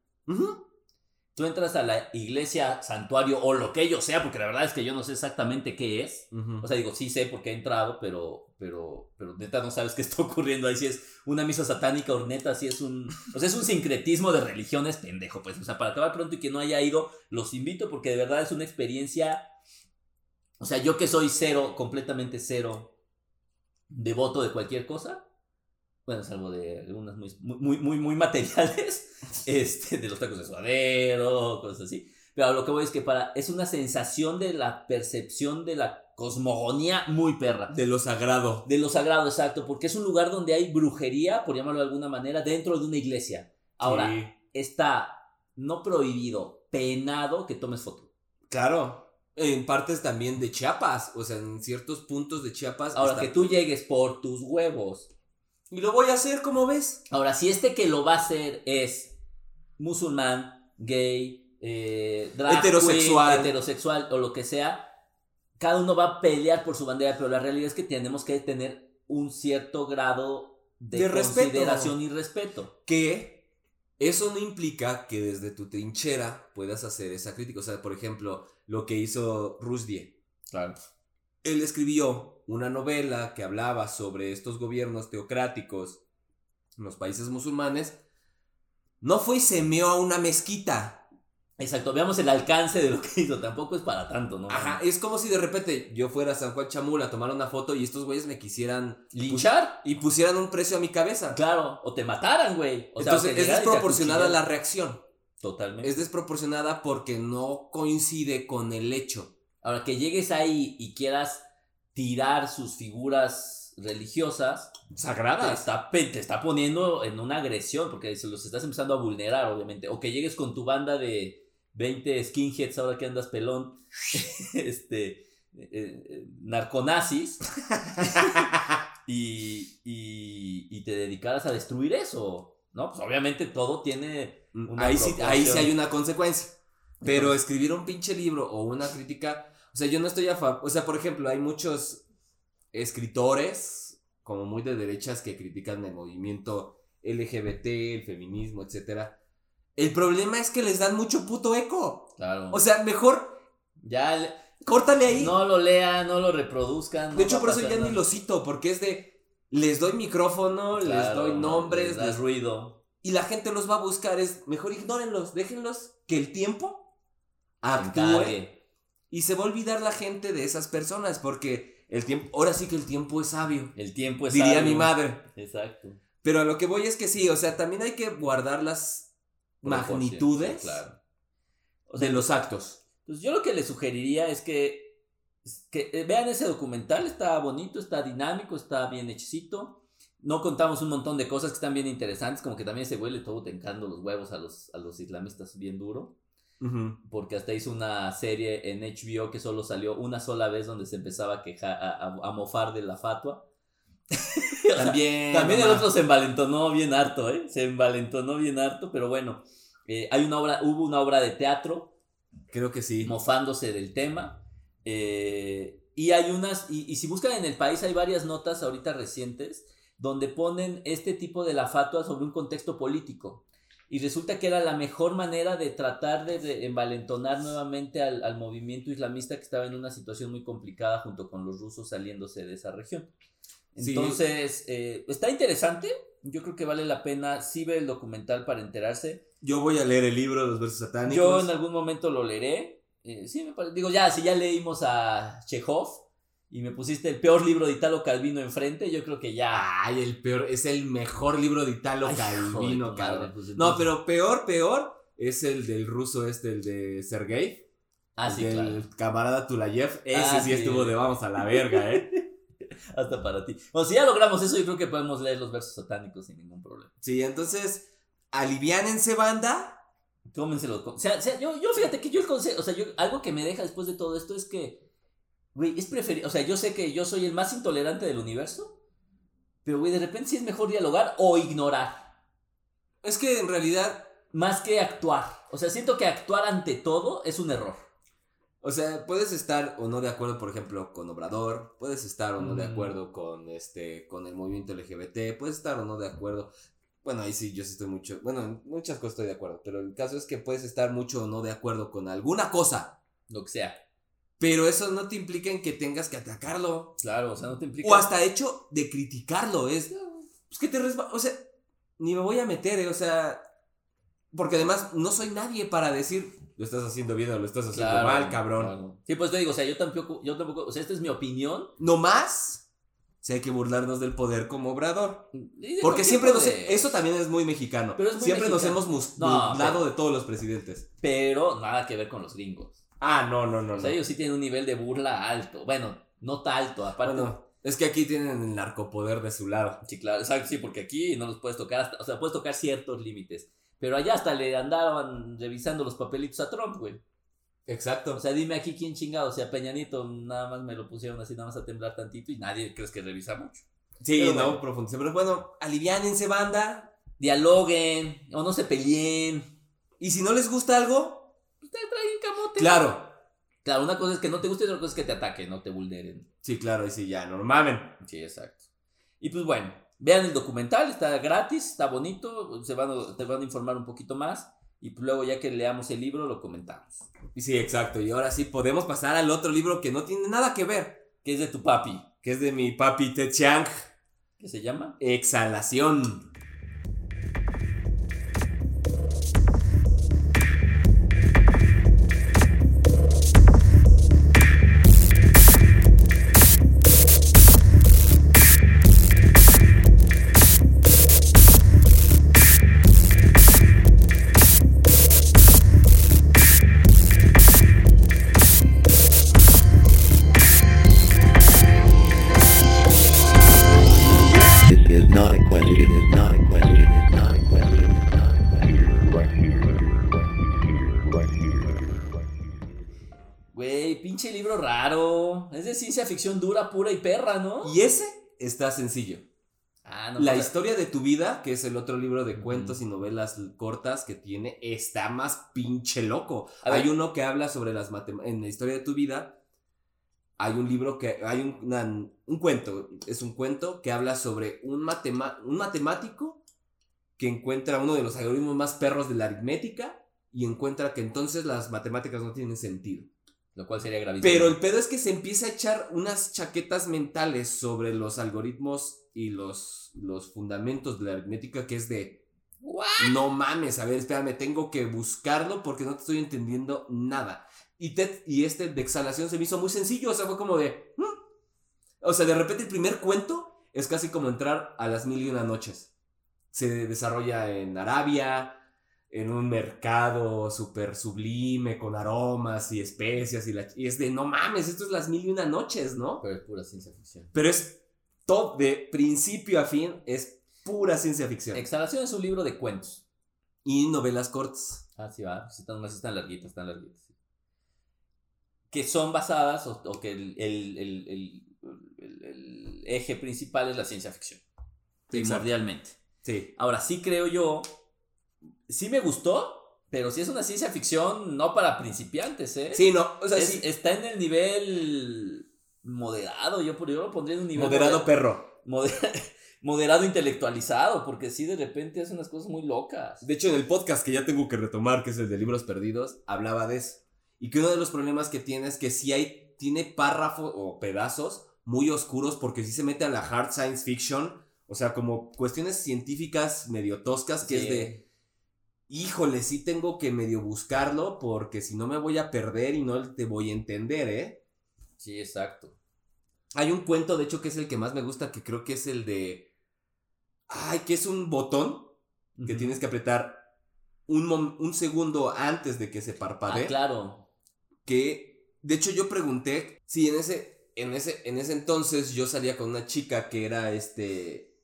Tú entras a la iglesia, santuario o lo que ello sea, porque la verdad es que yo no sé exactamente qué es. O sea, digo, sí sé porque he entrado, pero, pero, pero neta no sabes qué está <laughs> ocurriendo ahí. Si es una misa satánica o neta, si es un. O sea, es un sincretismo de religiones pendejo, pues. O sea, para acabar pronto y que no haya ido, los invito porque de verdad es una experiencia. O sea, yo que soy cero, completamente cero, devoto de cualquier cosa. Bueno, salvo de algunas muy, muy, muy, muy materiales. <laughs> Este, de los tacos de suadero, cosas así. Pero a lo que voy es que para, es una sensación de la percepción de la cosmogonía muy perra.
de lo sagrado.
De lo sagrado, exacto, porque es un lugar donde hay brujería, por llamarlo de alguna manera, dentro de una iglesia. Ahora,
Sí.
está no prohibido, penado que tomes foto.
claro. En partes también de Chiapas, o sea, en ciertos puntos de Chiapas.
Ahora,
está-
que tú llegues por tus huevos.
Y lo voy a hacer, como ves?
Ahora, si este que lo va a hacer es musulmán, gay, eh, drag queen,
Heterosexual.
heterosexual o lo que sea, cada uno va a pelear por su bandera, pero la realidad es que tenemos que tener un cierto grado de,
De respeto.
consideración y respeto.
que eso no implica que desde tu trinchera puedas hacer esa crítica. O sea, por ejemplo, lo que hizo Rusdie.
Claro.
Él escribió una novela que hablaba sobre estos gobiernos teocráticos en los países musulmanes. No fue y se meó a una mezquita.
Exacto, veamos el alcance de lo que hizo, tampoco es para tanto, ¿no?
Ajá, es como si de repente yo fuera a San Juan Chamula a tomar una foto y estos güeyes me quisieran
Linchar,
y pusieran un precio a mi cabeza.
claro, o te mataran, güey. O sea,
Entonces
o te
es
llegaran y te
desproporcionada la
acuchillaran.
reacción.
Totalmente.
es desproporcionada porque no coincide con el hecho.
Ahora, que llegues ahí y quieras tirar sus figuras religiosas, te
Sagradas.
está, pe- te está poniendo en una agresión, porque se los estás empezando a vulnerar, obviamente. O que llegues con tu banda de 20 skinheads, ahora que andas pelón, <laughs> este, eh, eh,
<laughs>
narconazis, y, y, y te dedicaras a destruir eso, ¿no? Pues obviamente todo tiene... Una
Ahí sí, ahí sí
proporción.
hay una consecuencia. Pero escribir un pinche libro o una crítica, o sea, yo no estoy a favor, o sea, por ejemplo, hay muchos escritores como muy de derechas que critican el movimiento LGBT, el feminismo, etcétera. El problema es que les dan mucho puto eco.
Claro.
O sea, mejor
ya le-
córtale ahí.
no lo lean, no lo reproduzcan.
de
no
hecho,
va
por
a
eso ya
pasar
ni
nada.
lo cito, porque es de les doy micrófono, les
Claro,
doy nombres,
les das
les
ruido.
y la gente los va a buscar es mejor ignórenlos, déjenlos que el tiempo actúe
encargue.
y se va a olvidar la gente de esas personas porque el tiempo ahora sí que el tiempo es sabio,
El tiempo es
diría
Pues sabio.
mi madre.
Exacto.
Pero a lo que voy es que sí, o sea, también hay que guardar las magnitudes
Sí, claro. O sea,
de los actos.
Pues yo lo que le sugeriría es que, es que eh, vean ese documental, está bonito, está dinámico, está bien hechicito. No contamos un montón de cosas que están bien interesantes, como que también se huele todo tencando los huevos a los, a los islamistas bien duro,
Ujú.
<laughs> porque hasta hizo una serie en HBO que solo salió una sola vez donde se empezaba a, quejar, a, a- a mofar de la fatua. O sea,
También
También el
mamá.
otro se envalentonó bien harto, ¿eh? Se envalentonó bien harto, pero bueno, eh, hay una obra, hubo una obra de teatro
creo que sí.
mofándose del tema. eh, y hay unas, y, y si buscan en el país hay varias notas ahorita recientes donde ponen este tipo de la fatua sobre un contexto político. Y resulta que era la mejor manera de tratar de, de envalentonar nuevamente al, al movimiento islamista que estaba en una situación muy complicada junto con los rusos saliéndose de esa región.
Sí.
Entonces, eh, está interesante. Yo creo que vale la pena sí ver el documental para enterarse.
Yo voy a leer el libro de los versos satánicos.
Yo en algún momento lo leeré. Eh, sí, me parece. Digo, ya, si ya leímos a Chekhov y me pusiste el peor libro de Italo Calvino enfrente, yo creo que ya.
Ay, el peor, es el mejor libro de Italo
Ay, hijo de
Calvino,
tu
cabrón.
madre, pues,
No,
entonces-
pero peor, peor es el del ruso este, el de Sergei.
Ah, sí,
el
claro.
camarada Tulayev. Ese
Ah,
sí,
sí.
estuvo de vamos a la verga, ¿eh?
<laughs> Hasta para ti. Bueno, si ya logramos eso, yo creo que podemos leer los versos satánicos sin ningún problema.
Sí, entonces, aliviánense, banda.
Tómenselo. con- O sea, o sea, yo, yo fíjate que yo el consejo, o sea, yo, algo que me deja después de todo esto es que Güey, es preferible. O sea, yo sé que yo soy el más intolerante del universo. Pero, güey, de repente sí es mejor dialogar o ignorar.
Es que en realidad,
Más que actuar. O sea, siento que actuar ante todo es un error.
o sea, puedes estar o no de acuerdo, por ejemplo, con Obrador, puedes estar o no de
Mm.
acuerdo con este, con el movimiento LGBT, puedes estar o no de acuerdo. Bueno, ahí sí, yo sí estoy mucho, bueno, en muchas cosas estoy de acuerdo, pero el caso es que puedes estar mucho o no de acuerdo con alguna cosa,
Lo que sea.
pero eso no te implica en que tengas que atacarlo.
Claro, o sea, no te implica.
O hasta hecho de criticarlo, es pues que te resba- o sea, ni me voy a meter, eh, o sea, porque además no soy nadie para decir, lo estás haciendo bien o lo estás haciendo
Claro,
mal, cabrón.
claro. Sí, pues te digo, o sea, yo tampoco, yo tampoco, o sea, esta es mi opinión.
No más, si hay que burlarnos del poder como obrador.
Y de
Porque
cualquier
siempre nos,
poder.
eso también es muy mexicano.
Pero es muy
siempre
mexicano.
nos hemos mus-
No,
burlado de todos los presidentes.
Pero nada que ver con los gringos.
Ah, no, no, no,
O
no.
sea, ellos sí tienen un nivel de burla alto. Bueno, no tan alto, aparte.
Bueno, es que aquí tienen el narcopoder de su lado.
Sí, claro, exacto, sí, porque aquí no los puedes tocar, hasta- o sea, puedes tocar ciertos límites. Pero allá hasta le andaban revisando los papelitos a Trump, güey.
Exacto.
O sea, dime aquí quién chingado, o sea, Peñanito, nada más me lo pusieron así, nada más a temblar tantito y nadie crees que revisa mucho.
sí,
pero
no,
bueno.
profundice. Pero bueno, aliviánense, banda.
Dialoguen, o no se peleen. Pues
Y si no les gusta algo,
Te traen camote.
claro.
Claro, una cosa es que no te guste y otra cosa es que te ataquen, no te vulneren.
Sí, claro, y sí, ya, no mamen.
Sí, exacto. Y pues bueno, vean el documental, está gratis, está bonito, se van a- te van a informar un poquito más y pues luego ya que leamos el libro lo comentamos.
Y sí, exacto. Y ahora sí podemos pasar al otro libro que no tiene nada que ver,
Que es de tu papi,
que es de mi papi Ted Chiang,
que se llama
Exhalación.
This is not a question, it's not a question, it's not a question, it's not a question. Right here, right here, right here, right here.
Güey, pinche libro raro. Es de ciencia ficción dura, pura y perra, ¿no?
Y ese está sencillo.
Ah, no.
La
pues,
historia de tu vida, que es el otro libro de
Ujú.
cuentos y novelas l- cortas que tiene, está más pinche loco.
A ver.
Hay uno que habla sobre las matemáticas. En la historia de tu vida, hay un libro que. Hay un, una- un cuento. Es un cuento que habla sobre un, matema- un matemático que encuentra uno de los algoritmos más perros de la aritmética y encuentra que entonces las matemáticas no tienen sentido.
Lo cual sería gravísimo.
Pero el pedo es que se empieza a echar unas chaquetas mentales sobre los algoritmos y los, los fundamentos de la aritmética que es de...
What?
No mames, a ver, espérame, tengo que buscarlo porque no te estoy entendiendo nada. Y, Ted- y este de exhalación se me hizo muy sencillo, o sea, fue como de... "Mm". O sea, de repente el primer cuento es casi como entrar a las mil y una noches. Se desarrolla en Arabia, en un mercado súper sublime, con aromas y especias, y, la, y es de, no mames, esto es las mil y una noches, ¿no?
Pero es pura ciencia ficción.
Pero es top, de principio a fin, es pura ciencia ficción.
Exhalación es un libro de cuentos.
y novelas cortas.
Ah, sí, va. Sí, están, no, sí están larguitas, están larguitas. sí. Que son basadas o, o que el, el- el- el- el- el eje principal es la ciencia ficción.
Exacto.
Primordialmente.
Sí.
Ahora sí creo yo, sí me gustó, pero sí es una ciencia ficción no para principiantes, ¿eh?
Sí, no, o sea,
Es-
sí.
Está en el nivel moderado, yo, yo lo pondría en un nivel
Moderado
moder-
perro.
moder- <laughs> moderado intelectualizado, porque sí de repente hace unas cosas muy locas.
De hecho, en el podcast que ya tengo que retomar, que es el de libros perdidos, hablaba de eso. Y que uno de los problemas que tiene es que sí hay, tiene párrafos o pedazos muy oscuros porque sí se mete a la hard science fiction, o sea, como cuestiones científicas medio toscas que
Sí.
es de, híjole, sí tengo que medio buscarlo porque si no me voy a perder y no te voy a entender, ¿eh?
Sí, exacto.
Hay un cuento, de hecho, que es el que más me gusta, que creo que es el de. Ay, que es un botón que
Ujú.
tienes que apretar un, mom- un segundo antes de que se parpadee.
Ah, claro.
Que. De hecho, yo pregunté si en ese. En ese, en ese entonces yo salía con una chica que era este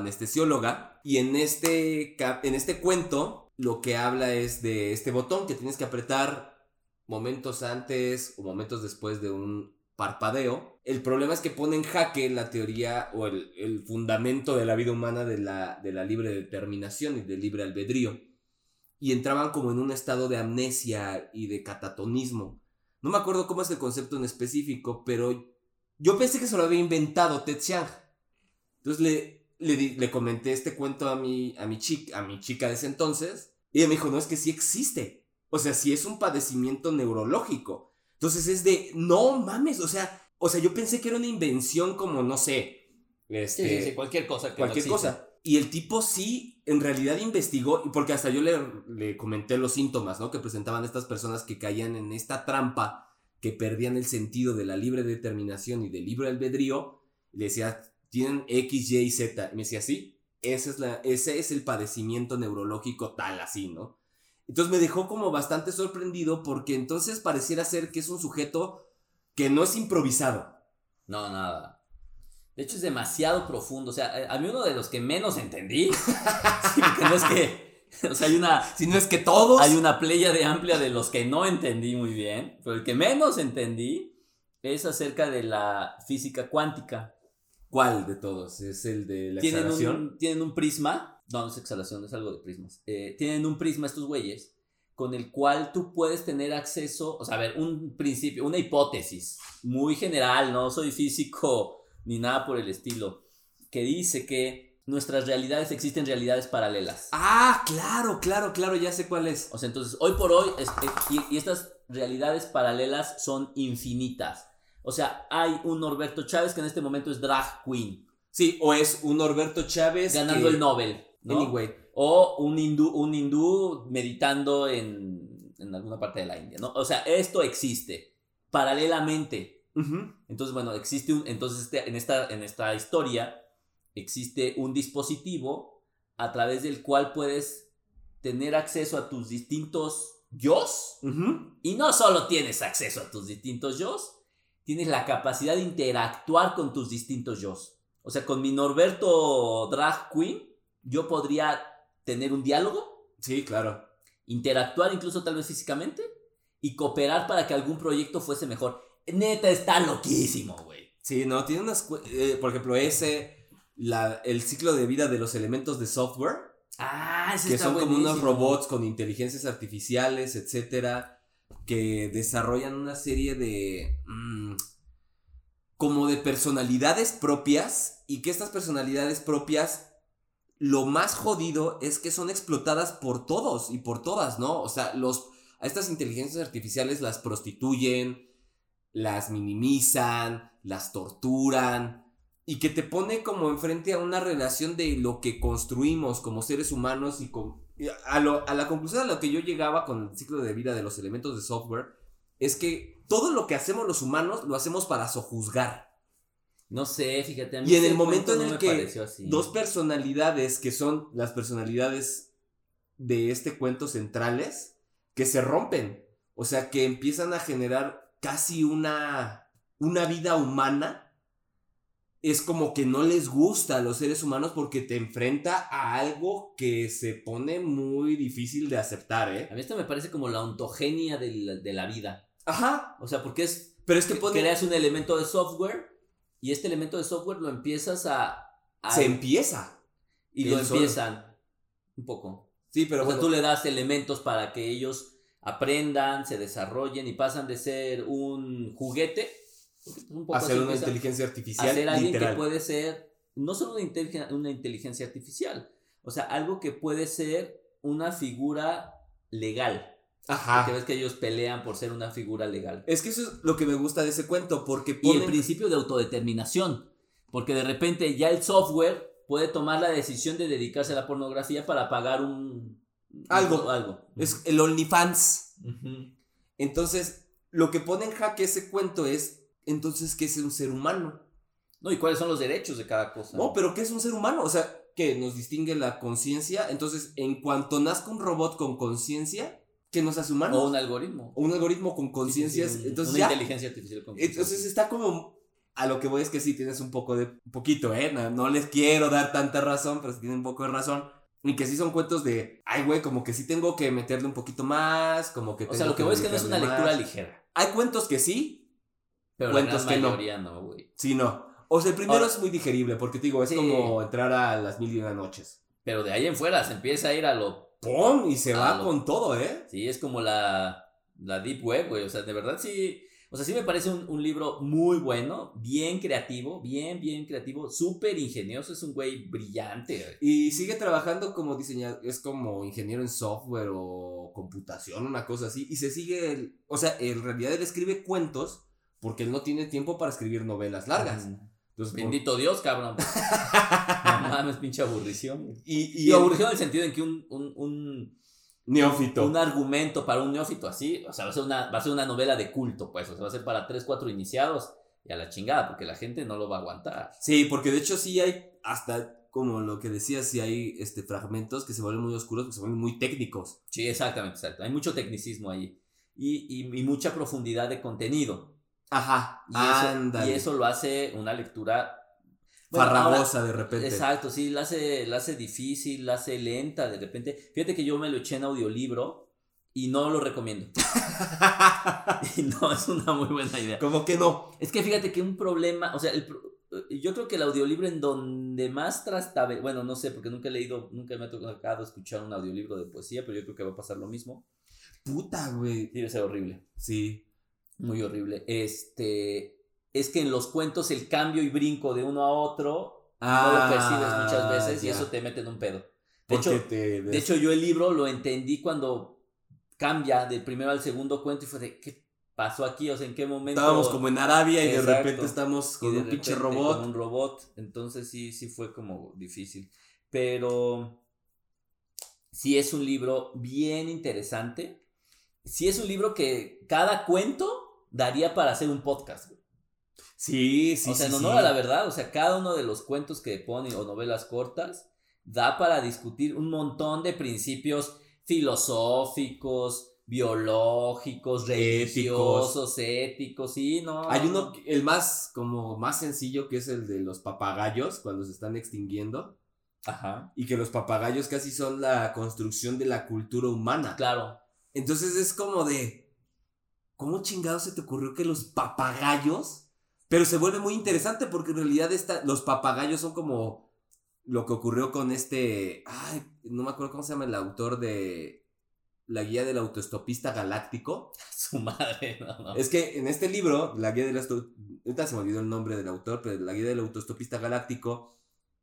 neuroanestesióloga. Y en este, ca- en este cuento lo que habla es de este botón que tienes que apretar momentos antes o momentos después de un parpadeo. El problema es que pone en jaque la teoría o el, el fundamento de la vida humana de la, de la libre determinación y del libre albedrío. Y entraban como en un estado de amnesia y de catatonismo. No me acuerdo cómo es el concepto en específico, pero yo pensé que se lo había inventado Ted Chiang. Entonces le, le, di- le comenté este cuento a mi, a, mi chica, a mi chica de ese entonces. Y ella me dijo, no, es que sí existe. O sea, sí es un padecimiento neurológico. Entonces es de, no mames, o sea, o sea, yo pensé que era una invención como, no sé,
Sí,
este,
sí, sí, cualquier cosa. que no
cualquier
existe.
cosa. Y el tipo sí, en realidad investigó, y porque hasta yo le, le comenté los síntomas, ¿no? Que presentaban estas personas que caían en esta trampa, que perdían el sentido de la libre determinación y del libre albedrío. Y le decía, tienen X, Y y Z. Y me decía, sí, esa es la, ese es el padecimiento neurológico tal así, ¿no? Entonces me dejó como bastante sorprendido porque entonces pareciera ser que es un sujeto que no es improvisado.
No, nada. De hecho, es demasiado profundo. O sea, a a mí uno de los que menos entendí. <laughs> sí, porque no es que. O sea, hay una.
Sino es que todos...
Hay una playa de amplia de los que no entendí muy bien, pero el que menos entendí es acerca de la física cuántica.
¿Cuál de todos? ¿Es el de la
Tienen
exhalación?
un, tienen un prisma, no, no es exhalación, es algo de prismas. Eh, tienen un prisma estos güeyes con el cual tú puedes tener acceso, o sea, a ver, un principio, una hipótesis muy general, no soy físico ni nada por el estilo, que dice que nuestras realidades existen realidades paralelas.
Ah, claro, claro, claro, ya sé cuál es.
O sea, entonces, hoy por hoy, es- es- y, y estas realidades paralelas son infinitas. O sea, hay un Norberto Chávez que en este momento es drag queen,
Sí, o es un Norberto Chávez
ganando
que-
el Nobel, ¿no?
Anyway,
O un hindú, un hindú meditando en, en alguna parte de la India, ¿no? O sea, esto existe paralelamente.
ujú,
Entonces, bueno, existe un, entonces este- en, esta, en esta historia existe un dispositivo a través del cual puedes tener acceso a tus distintos yos,
ujú.
y no solo tienes acceso a tus distintos yo, tienes la capacidad de interactuar con tus distintos yo. O sea, con mi Norberto Drag Queen, yo podría tener un diálogo,
Sí, claro.
interactuar incluso tal vez físicamente y cooperar para que algún proyecto fuese mejor. Neta, está loquísimo, güey.
Sí, no, tiene unas... cu- eh, por ejemplo, ese, la, el ciclo de vida de los elementos de software,
Ah, ese
que
está
son como
buenísimo.
unos robots con inteligencias artificiales, etcétera, que desarrollan una serie de... mm, como de personalidades propias y que estas personalidades propias lo más jodido es que son explotadas por todos y por todas, ¿no? O sea, los, a estas inteligencias artificiales las prostituyen, las minimizan, las torturan y que te pone como enfrente a una relación de lo que construimos como seres humanos y con... y A, lo- a la conclusión a la que yo llegaba con el ciclo de vida de los elementos de software es que todo lo que hacemos los humanos lo hacemos para sojuzgar.
No sé, fíjate. A mí
Y en
ese
el momento
cuento
en
no
el
me
que
pareció así.
dos personalidades que son las personalidades de este cuento centrales que se rompen. O sea, que empiezan a generar casi una, una vida humana. Es como que no les gusta a los seres humanos porque te enfrenta a algo que se pone muy difícil de aceptar,
A
¿eh?
mí esto me parece como la ontogenia de la- de la vida.
Ajá.
O sea, porque es
Pero es que
que
pone,
creas un elemento de software y este elemento de software lo empiezas a, a-
se empieza.
y lo
él solo.
empiezan un poco.
Sí, pero
o sea,
bueno,
tú le das elementos para que ellos aprendan, se desarrollen y pasan de ser un juguete un poco
hacer
así
una
empieza,
inteligencia
a
artificial
ser alguien
literal.
que puede ser no solo una inteligencia, una inteligencia artificial, o sea, algo que puede ser una figura legal.
Ajá.
Porque ves que ellos pelean por ser una figura legal.
Es que eso es lo que me gusta de ese cuento, porque
y
ponen...
el principio de autodeterminación, porque de repente ya el software puede tomar la decisión de dedicarse a la pornografía para pagar un
Algo.
algo.
es el OnlyFans.
Ujú.
Entonces, lo que pone en jaque ese cuento es, entonces, ¿qué es un ser humano?
No, y cuáles son los derechos de cada cosa.
No, pero ¿qué es un ser humano? O sea, ¿qué nos distingue la conciencia? Entonces, en cuanto nazca un robot con conciencia, ¿qué nos hace humanos?
o
O,
un algoritmo.
un algoritmo con conciencia.
Sí, sí, sí, un-
entonces,
una
ya,
inteligencia artificial con
Entonces está como. A lo que voy es que sí tienes un poco de. un poquito, ¿eh? No, no les quiero dar tanta razón, pero sí tienen un poco de razón. Y que sí son cuentos de. Ay, güey, como que sí tengo que meterle un poquito más. Como que.
o sea,
tengo
lo que voy es que no es una
dedicarle
lectura
más".
ligera.
Hay cuentos que sí,
Pero
cuentos
cuentos la
que
gran
no.
mayoría no, güey.
Sí, no. O sea, el primero
Ahora-
es muy digerible, porque te digo, es
Sí.
como entrar a las mil y una noches.
Pero de ahí en fuera se empieza a ir a lo...
¡Pum! Y se va
Ah, lo-
con todo, ¿eh?
Sí, es como la, la Deep Web, güey. O sea, de verdad sí... O sea, sí me parece un, un libro muy bueno, bien creativo, bien, bien creativo, súper ingenioso. Es un güey brillante, güey.
Y sigue trabajando como diseñador, es como ingeniero en software o computación, una cosa así. Y se sigue, el- o sea, en realidad él escribe cuentos porque él no tiene tiempo para escribir novelas largas.
Mm.
Entonces, por-
Bendito
<laughs>
Dios, cabrón. no mames, pinche aburrición. güey.
Y, y
Y
el
aburrición en el sentido en que un, un, un,
neófito.
un argumento para un neófito así, o sea, va a, ser una, va a ser una novela de culto, pues, o sea, va a ser para 3, 4 iniciados y a la chingada, porque la gente no lo va a aguantar.
Sí, porque de hecho sí hay, hasta como lo que decías, sí hay este, fragmentos que se vuelven muy oscuros, que se vuelven muy técnicos.
Sí, exactamente, exacto. Hay mucho tecnicismo ahí y, y- y mucha profundidad de contenido.
Ajá,
Y, eso,
ándale.
y eso lo hace una lectura bueno, ahora-
farragosa de repente.
Exacto, sí, la hace, la hace difícil, la hace lenta de repente. Fíjate que yo me lo eché en audiolibro y no lo recomiendo. y no, es una muy buena idea.
Como que no.
Es que fíjate que un problema, o sea, el pro- eh, yo creo que el audiolibro en donde más trastabe, bueno, no sé, porque nunca he leído, nunca me ha tocado escuchar un audiolibro de poesía, pero yo creo que va a pasar lo mismo.
Puta, güey.
Debe ser horrible,
Sí. Mm.
muy horrible. Este, es que en los cuentos el cambio y brinco de uno a otro no
Ah,
lo percibes muchas veces y eso te mete en un pedo. De hecho, De hecho, yo el libro lo entendí cuando cambia del primero al segundo cuento y fue de qué pasó aquí, o sea, en qué momento.
estábamos como en Arabia y de
Exacto.
repente estamos con
Y de
un pinche
repente
robot.
con un robot. Entonces sí, sí fue como difícil. Pero sí es un libro bien interesante. Sí es un libro que cada cuento daría para hacer un podcast. güey.
Sí, sí,
o sea,
sí,
en
sí.
honor a la verdad, o sea, cada uno de los cuentos que pone o novelas cortas da para discutir un montón de principios filosóficos, biológicos, religiosos, éticos, sí, no.
Hay
no,
uno,
no.
que- el más, como más sencillo, que es el de los papagayos cuando se están extinguiendo.
Ajá.
Y que los papagayos casi son la construcción de la cultura humana.
Claro.
Entonces es como de. ¿Cómo chingados se te ocurrió que los papagayos? Pero se vuelve muy interesante porque en realidad esta- los papagayos son como lo que ocurrió con este. Ay, no me acuerdo cómo se llama el autor de La Guía del Autoestopista Galáctico.
<laughs> Su madre, no, no.
Es que en este libro, La Guía del Autoestopista. se me olvidó el nombre del autor, pero La Guía del Autoestopista Galáctico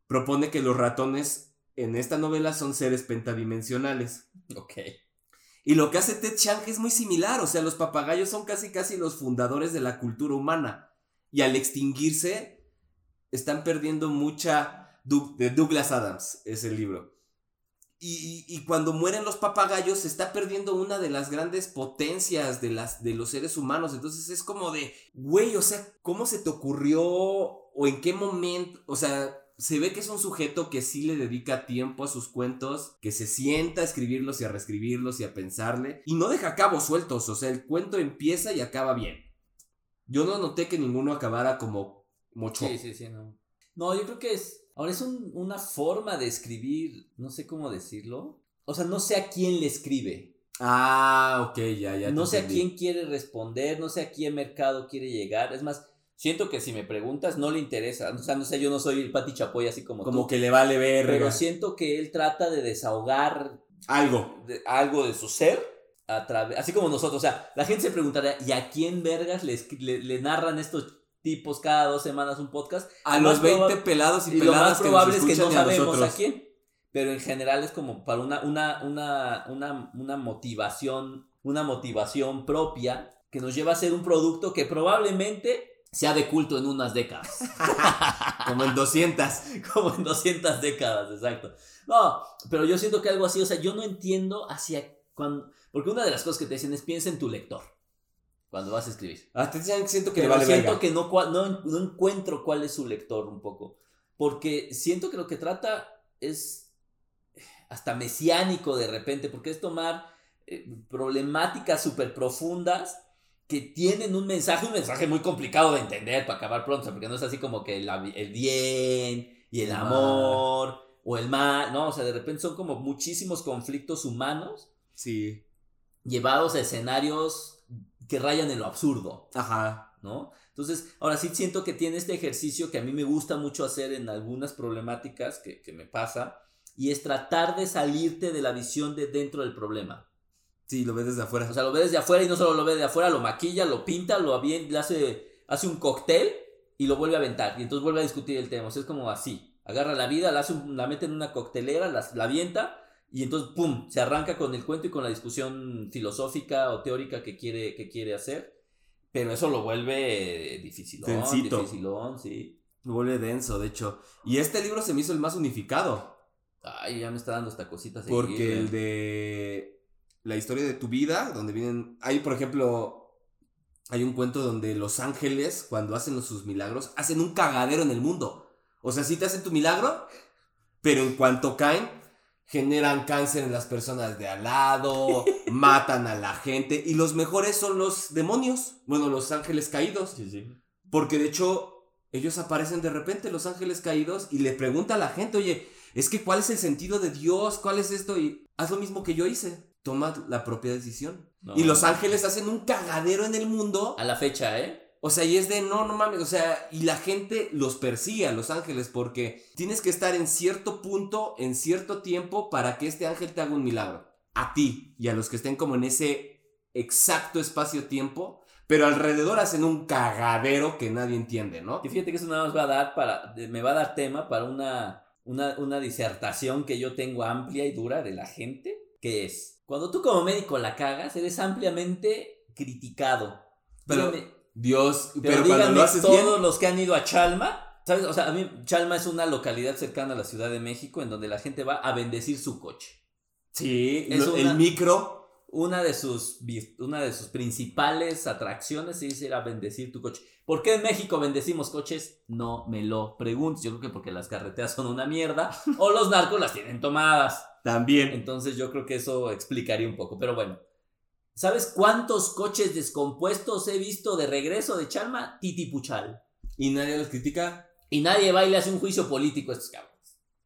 propone que los ratones en esta novela son seres pentadimensionales.
Ok.
Y lo que hace Ted Chiang es muy similar, o sea, los papagayos son casi casi los fundadores de la cultura humana. Y al extinguirse, están perdiendo mucha... Du- de Douglas Adams es el libro. Y, y- y cuando mueren los papagayos, se está perdiendo una de las grandes potencias de, las, de los seres humanos. Entonces es como de, güey, o sea, ¿cómo se te ocurrió o en qué momento? O sea, se ve que es un sujeto que sí le dedica tiempo a sus cuentos, que se sienta a escribirlos y a reescribirlos y a pensarle. Y no deja cabos sueltos, o sea, el cuento empieza y acaba bien. Yo no noté que ninguno acabara como mocho.
Sí, sí, sí, no. No, yo creo que es. Ahora es un- una forma de escribir, no sé cómo decirlo. O sea, no sé a quién le escribe.
Ah, ok, ya, ya. te
no sé a
entendí.
quién quiere responder, no sé a qué mercado quiere llegar. Es más, siento que si me preguntas no le interesa. O sea, no sé, yo no soy el Pati Chapoy así como,
Como
tú.
que le vale
pero
ver
siento que él trata de desahogar
algo.
de- algo de su ser a través, así como nosotros. O sea, la gente se preguntaría, ¿y a quién vergas le, escri- le- le narran estos tipos cada dos semanas un podcast?
A
Lo
los
más
20
proba-
pelados y,
Y lo
peladas
más probable es
nos
que no
escuchan y a
sabemos
nosotros.
a quién. Pero en general es como para una, una, una, una, una motivación, una motivación propia que nos lleva a ser un producto que probablemente sea de culto en unas décadas. <laughs>
Como en 200.
como en 200 décadas, exacto. No, pero yo siento que algo así, o sea, yo no entiendo hacia cuándo, porque una de las cosas que te dicen es piensa en tu lector cuando vas a escribir.
A Ted Chiang siento que
Pero
le vale
siento
verga.
que no, cua- no, no encuentro cuál es su lector un poco, porque siento que lo que trata es hasta mesiánico de repente, porque es tomar eh, problemáticas súper profundas que tienen un mensaje, un mensaje muy complicado de entender para acabar pronto, o sea, porque no es así como que el, abi- el bien y el
El
amor o el mal, no, o sea, de repente son como muchísimos conflictos humanos
Sí.
llevados a escenarios que rayan en lo absurdo.
Ajá.
¿no? Entonces, ahora sí siento que tiene este ejercicio que a mí me gusta mucho hacer en algunas problemáticas que, que me pasa, y es tratar de salirte de la visión de dentro del problema.
Sí, lo ves desde afuera.
O sea, lo ve desde afuera y no solo lo ve de afuera, lo maquilla, lo pinta, lo avien- le hace, hace un cóctel y lo vuelve a aventar. Y entonces vuelve a discutir el tema. O sea, es como así. Agarra la vida, la, hace un- la mete en una coctelera, la, la avienta y entonces, ¡pum!, se arranca con el cuento y con la discusión filosófica o teórica que quiere, que quiere hacer. Pero eso lo vuelve eh, dificilón,
Densito.
dificilón, sí.
Lo vuelve denso, de hecho. Y este libro se me hizo el más unificado.
Ay, ya me está dando esta cosita.
Porque
seguir,
el
eh.
de la historia de tu vida, donde vienen, hay por ejemplo, hay un cuento donde los ángeles, cuando hacen los- sus milagros, hacen un cagadero en el mundo. O sea, sí te hacen tu milagro, pero en cuanto caen, generan cáncer en las personas de al
<laughs>
lado, matan a la gente, y los mejores son los demonios, bueno, los ángeles caídos.
Sí, sí.
Porque de hecho, ellos aparecen de repente, los ángeles caídos, y le pregunta a la gente, oye, es que ¿cuál es el sentido de Dios? ¿Cuál es esto? Y haz lo mismo que yo hice. Toma la propia decisión.
No.
Y los ángeles hacen un cagadero en el mundo.
A la fecha, ¿eh?
O sea, y es de no, no mames. O sea, y la gente los persigue a los ángeles porque tienes que estar en cierto punto, en cierto tiempo, para que este ángel te haga un milagro. A ti y a los que estén como en ese exacto espacio-tiempo, pero alrededor hacen un cagadero que nadie entiende, ¿no?
Y fíjate que eso nada más va a dar para, de- me va a dar tema para una, una, una disertación que yo tengo amplia y dura de la gente, que es, cuando tú como médico la cagas, eres ampliamente criticado.
Pero-
Dígame-
Dios, pero,
pero
cuando
díganme
lo haces bien,
todos los que han ido a Chalma, ¿sabes? O sea, a mí Chalma es una localidad cercana a la Ciudad de México en donde la gente va a bendecir su coche.
sí,
es
lo- el
una-
micro,
Una de, sus, vir- una de sus principales atracciones es ir a bendecir tu coche. ¿Por qué en México bendecimos coches? No me lo preguntes. Yo creo que porque las carreteras son una mierda o los narcos las tienen tomadas.
también.
Entonces yo creo que eso explicaría un poco. Pero bueno, ¿sabes cuántos coches descompuestos he visto de regreso de Chalma? Titipuchal.
Y nadie los critica.
Y nadie va y le hace un juicio político a estos cabrones.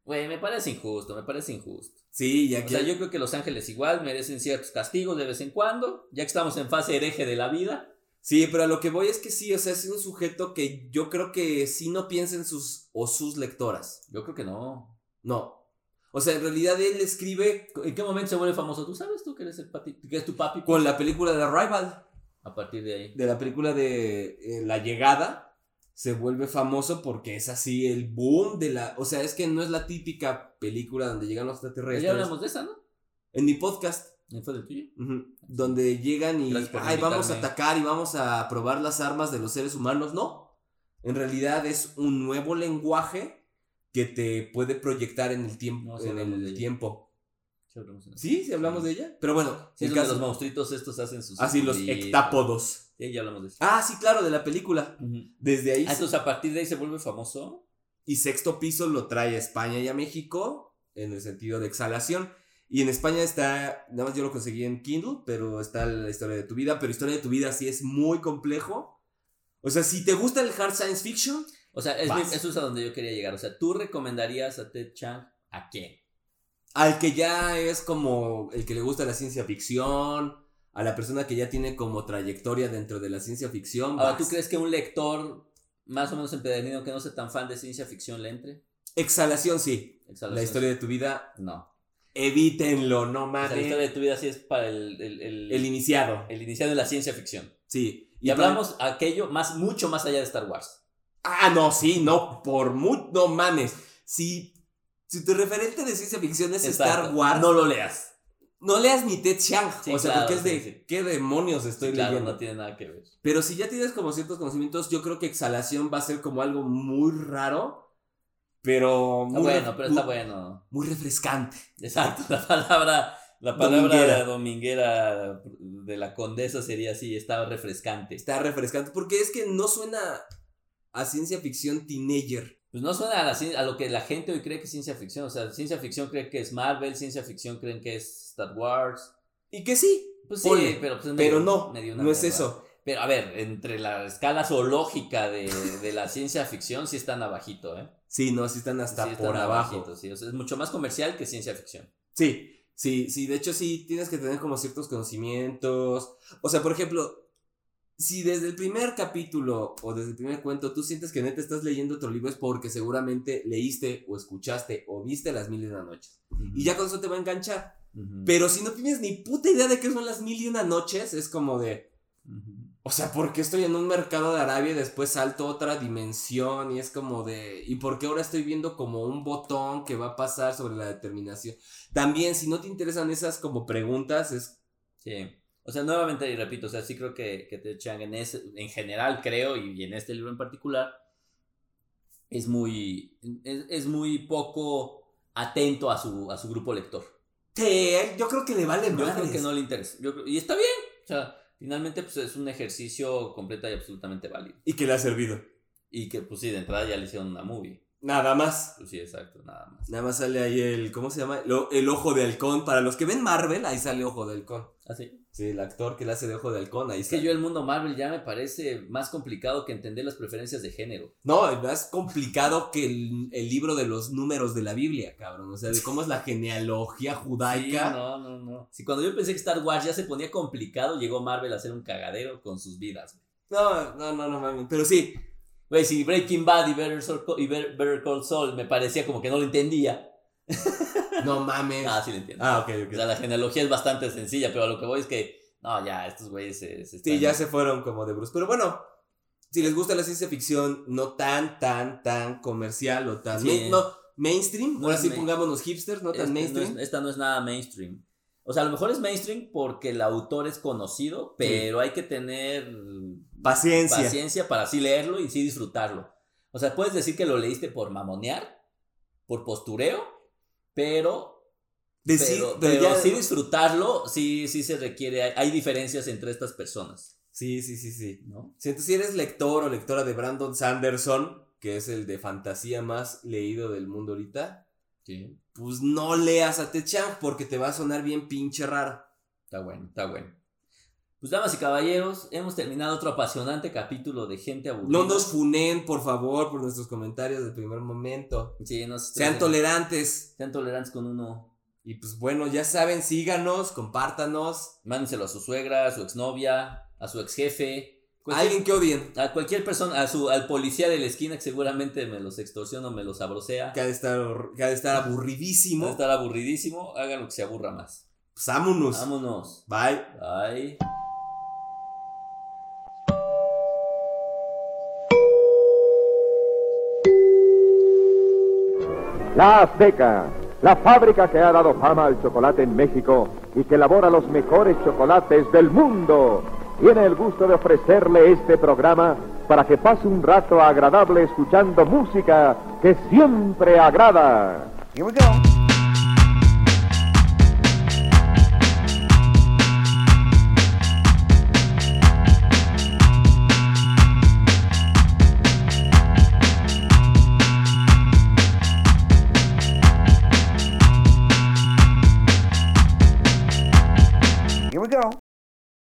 Güey, me parece injusto, me parece injusto.
Sí, y
O
aquí
sea, yo creo que Los Ángeles igual merecen ciertos castigos de vez en cuando, ya que estamos en fase hereje de la vida.
Sí, pero a lo que voy es que sí, o sea, es un sujeto que yo creo que sí no piensa en sus o sus lectoras.
Yo creo que no.
No. O sea, en realidad él escribe
¿En qué momento se vuelve famoso? ¿Tú sabes tú que eres el pati, que es tu papi? pues,
con la película de Arrival,
A partir de ahí.
de la película de eh, La Llegada, se vuelve famoso porque es así el boom de la, o sea, es que no es la típica película donde llegan los
ya
extraterrestres.
hablamos de esa, ¿no?
En mi podcast
¿No fue del tuyo?
Ujú. Donde llegan y
Gracias por
ay, vamos a
invitarme.
atacar y vamos a probar las armas de los seres humanos. No. En realidad es un nuevo lenguaje que te puede proyectar en el tiempo.
No, sí
en
hablamos de
el
ella.
tiempo.
Sí, hablamos de esa.
Sí, sí hablamos de ella. Pero bueno,
Sí, es
el
donde
caso-
los monstruitos estos hacen sus.
así Ah, los
escondidas.
ectápodos.
Sí, ya hablamos de eso.
Ah, sí, claro, de la película.
Ujú.
Desde ahí.
Ah, entonces a partir de ahí se vuelve famoso.
Y sexto piso lo trae a España y a México en el sentido de exhalación. Y en España está, nada más yo lo conseguí en Kindle, pero está la historia de tu vida. Pero historia de tu vida sí es muy complejo. O sea, si te gusta el hard science fiction,
O sea, es
Vas.
mi- eso es a donde yo quería llegar. O sea, ¿tú recomendarías a Ted Chang a quién?
al que ya es como el que le gusta la ciencia ficción, a la persona que ya tiene como trayectoria dentro de la ciencia ficción.
Ahora,
vas.
Ah, ¿tú crees que un lector más o menos empedernido que no sea tan fan de ciencia ficción le entre?
Exhalación sí.
Exhalación.
La historia de tu vida,
No.
evítenlo, no
O sea, la
mames.
historia de tu vida sí es para el, el, el,
El iniciado.
el iniciado de la ciencia ficción.
Sí.
Y, hablamos aquello más, mucho más allá de Star Wars.
Ah, no, sí, no, por mucho, no mames. Si, si tu referente de ciencia ficción es Star
Exacto.
Wars,
No
no,
lo leas.
leas ni Ted Chiang.
Sí,
o sea,
claro,
porque es de
sí, sí.
qué demonios estoy
claro,
leyendo.
no tiene nada que ver.
Pero si ya tienes como ciertos conocimientos, yo creo que Exhalación va a ser como algo muy raro, pero
Está
muy, re-
bueno, pero está
muy-
bueno.
muy refrescante.
Exacto, <laughs> la palabra, la palabra
Dominguera.
dominguera. de la condesa sería así, estaba refrescante.
Está refrescante, porque es que no suena a ciencia ficción teenager.
Pues no suena a, la cien- a lo que la gente hoy cree que es ciencia ficción. O sea, ciencia ficción cree que es Marvel, ciencia ficción creen que es Star Wars.
Y que sí,
Pues sí,
Ponle,
pero, pues es
pero
medio-
no,
medio una
no es
mierda.
eso.
Pero a ver, entre la escala zoológica de, de la ciencia ficción sí están abajito, ¿eh?
Sí, no, sí están hasta
Sí están
por abajo.
abajito, sí. O sea, es mucho más comercial que ciencia ficción.
Sí, sí, sí. De hecho, sí, tienes que tener como ciertos conocimientos. O sea, por ejemplo, si desde el primer capítulo o desde el primer cuento tú sientes que neta estás leyendo otro libro es porque seguramente leíste o escuchaste o viste Las Mil y Una Noches. Y ya con eso te va a enganchar.
Ujú.
Pero si no tienes ni puta idea de qué son Las Mil y Una Noches, es como de...
Ujú.
O sea, ¿por qué estoy en un mercado de Arabia y después salto a otra dimensión? Y es como de. ¿Y por qué ahora estoy viendo como un botón que va a pasar sobre la determinación? También, si no te interesan esas como preguntas, es.
Sí. O sea, nuevamente, y repito, o sea, sí creo que, que Ted Chiang en, ese- en general, creo, y, y en este libro en particular, es muy, es, es muy poco atento a su, a su grupo lector.
Te, yo creo que le vale
Yo
más.
creo que no le interesa. Yo creo- y está bien. O sea, finalmente, pues es un ejercicio completa y absolutamente válido.
Y que le ha servido.
Y que, pues sí, de entrada ya le hicieron una movie.
Nada más.
Pues sí, exacto, nada más.
Nada más sale ahí el. ¿Cómo se llama? Lo- el ojo de halcón. Para los que ven Marvel, ahí sale ojo de halcón.
Así.
Ah, Sí, el actor que le hace de ojo de halcón, ahí
Es que
sale.
yo el mundo Marvel ya me parece más complicado que entender las preferencias de género.
No, es más complicado que el, el libro de los números de la Biblia, cabrón. O sea, de cómo es la genealogía judaica.
Sí, no, no, no. Si cuando yo pensé que Star Wars ya se ponía complicado, llegó Marvel a hacer un cagadero con sus vidas. güey.
No, no, no, no mames. Pero sí,
Güey, si Breaking Bad y Better, Sol- y Better- Better Call Saul me parecía como que no lo entendía.
no mames.
Ah, sí lo entiendo.
Ah, ok,
O sea, la genealogía es bastante sencilla, pero a lo que voy es que, no, ya, estos güeyes se,
Sí,
se están-
ya se fueron como de Bruce. Pero bueno, si les gusta la ciencia ficción, no tan, tan, tan comercial o tan.
Sí.
main- no, mainstream.
No
Ahora
es
sí
main-
pongámonos hipsters, no tan
Este no es-
mainstream.
esta no es nada mainstream. O sea, a lo mejor es mainstream porque el autor es conocido, pero hay que tener
Paciencia.
paciencia para sí leerlo y sí disfrutarlo. O sea, puedes decir que lo leíste por mamonear, por postureo, pero
Decir,
pero,
pero
pero
ya-
sí disfrutarlo, sí, sí se requiere, hay, hay diferencias entre estas personas,
sí, sí, sí, sí.
¿no?
Si entonces si eres lector o lectora de Brandon Sanderson, que es el de fantasía más leído del mundo ahorita,
Sí.
pues no leas a Techamp porque te va a sonar bien pinche raro.
Está bueno, está bueno. Pues damas y caballeros, hemos terminado otro apasionante capítulo de Gente Aburrida.
No nos funen, por favor, por nuestros comentarios del primer momento.
Sí, no se
Sean
estresen.
tolerantes.
sean tolerantes con uno.
Y pues bueno, ya saben, síganos, compártanos.
Mándenselo a su suegra, a su exnovia, a su exjefe. cualquier-
Alguien que odien,
A cualquier persona, a su, al policía de la esquina que seguramente me los extorsiona o me los abrocea.
que ha de estar, hor- que ha de estar
Va a
aburridísimo.
estar aburridísimo, háganlo que se aburra más.
Pues vámonos.
Vámonos.
Bye.
Bye.
La Azteca, la fábrica que ha dado fama al chocolate en México y que elabora los mejores chocolates del mundo, tiene el gusto de ofrecerle este programa para que pase un rato agradable escuchando música que siempre agrada.
Here we go. Here we go.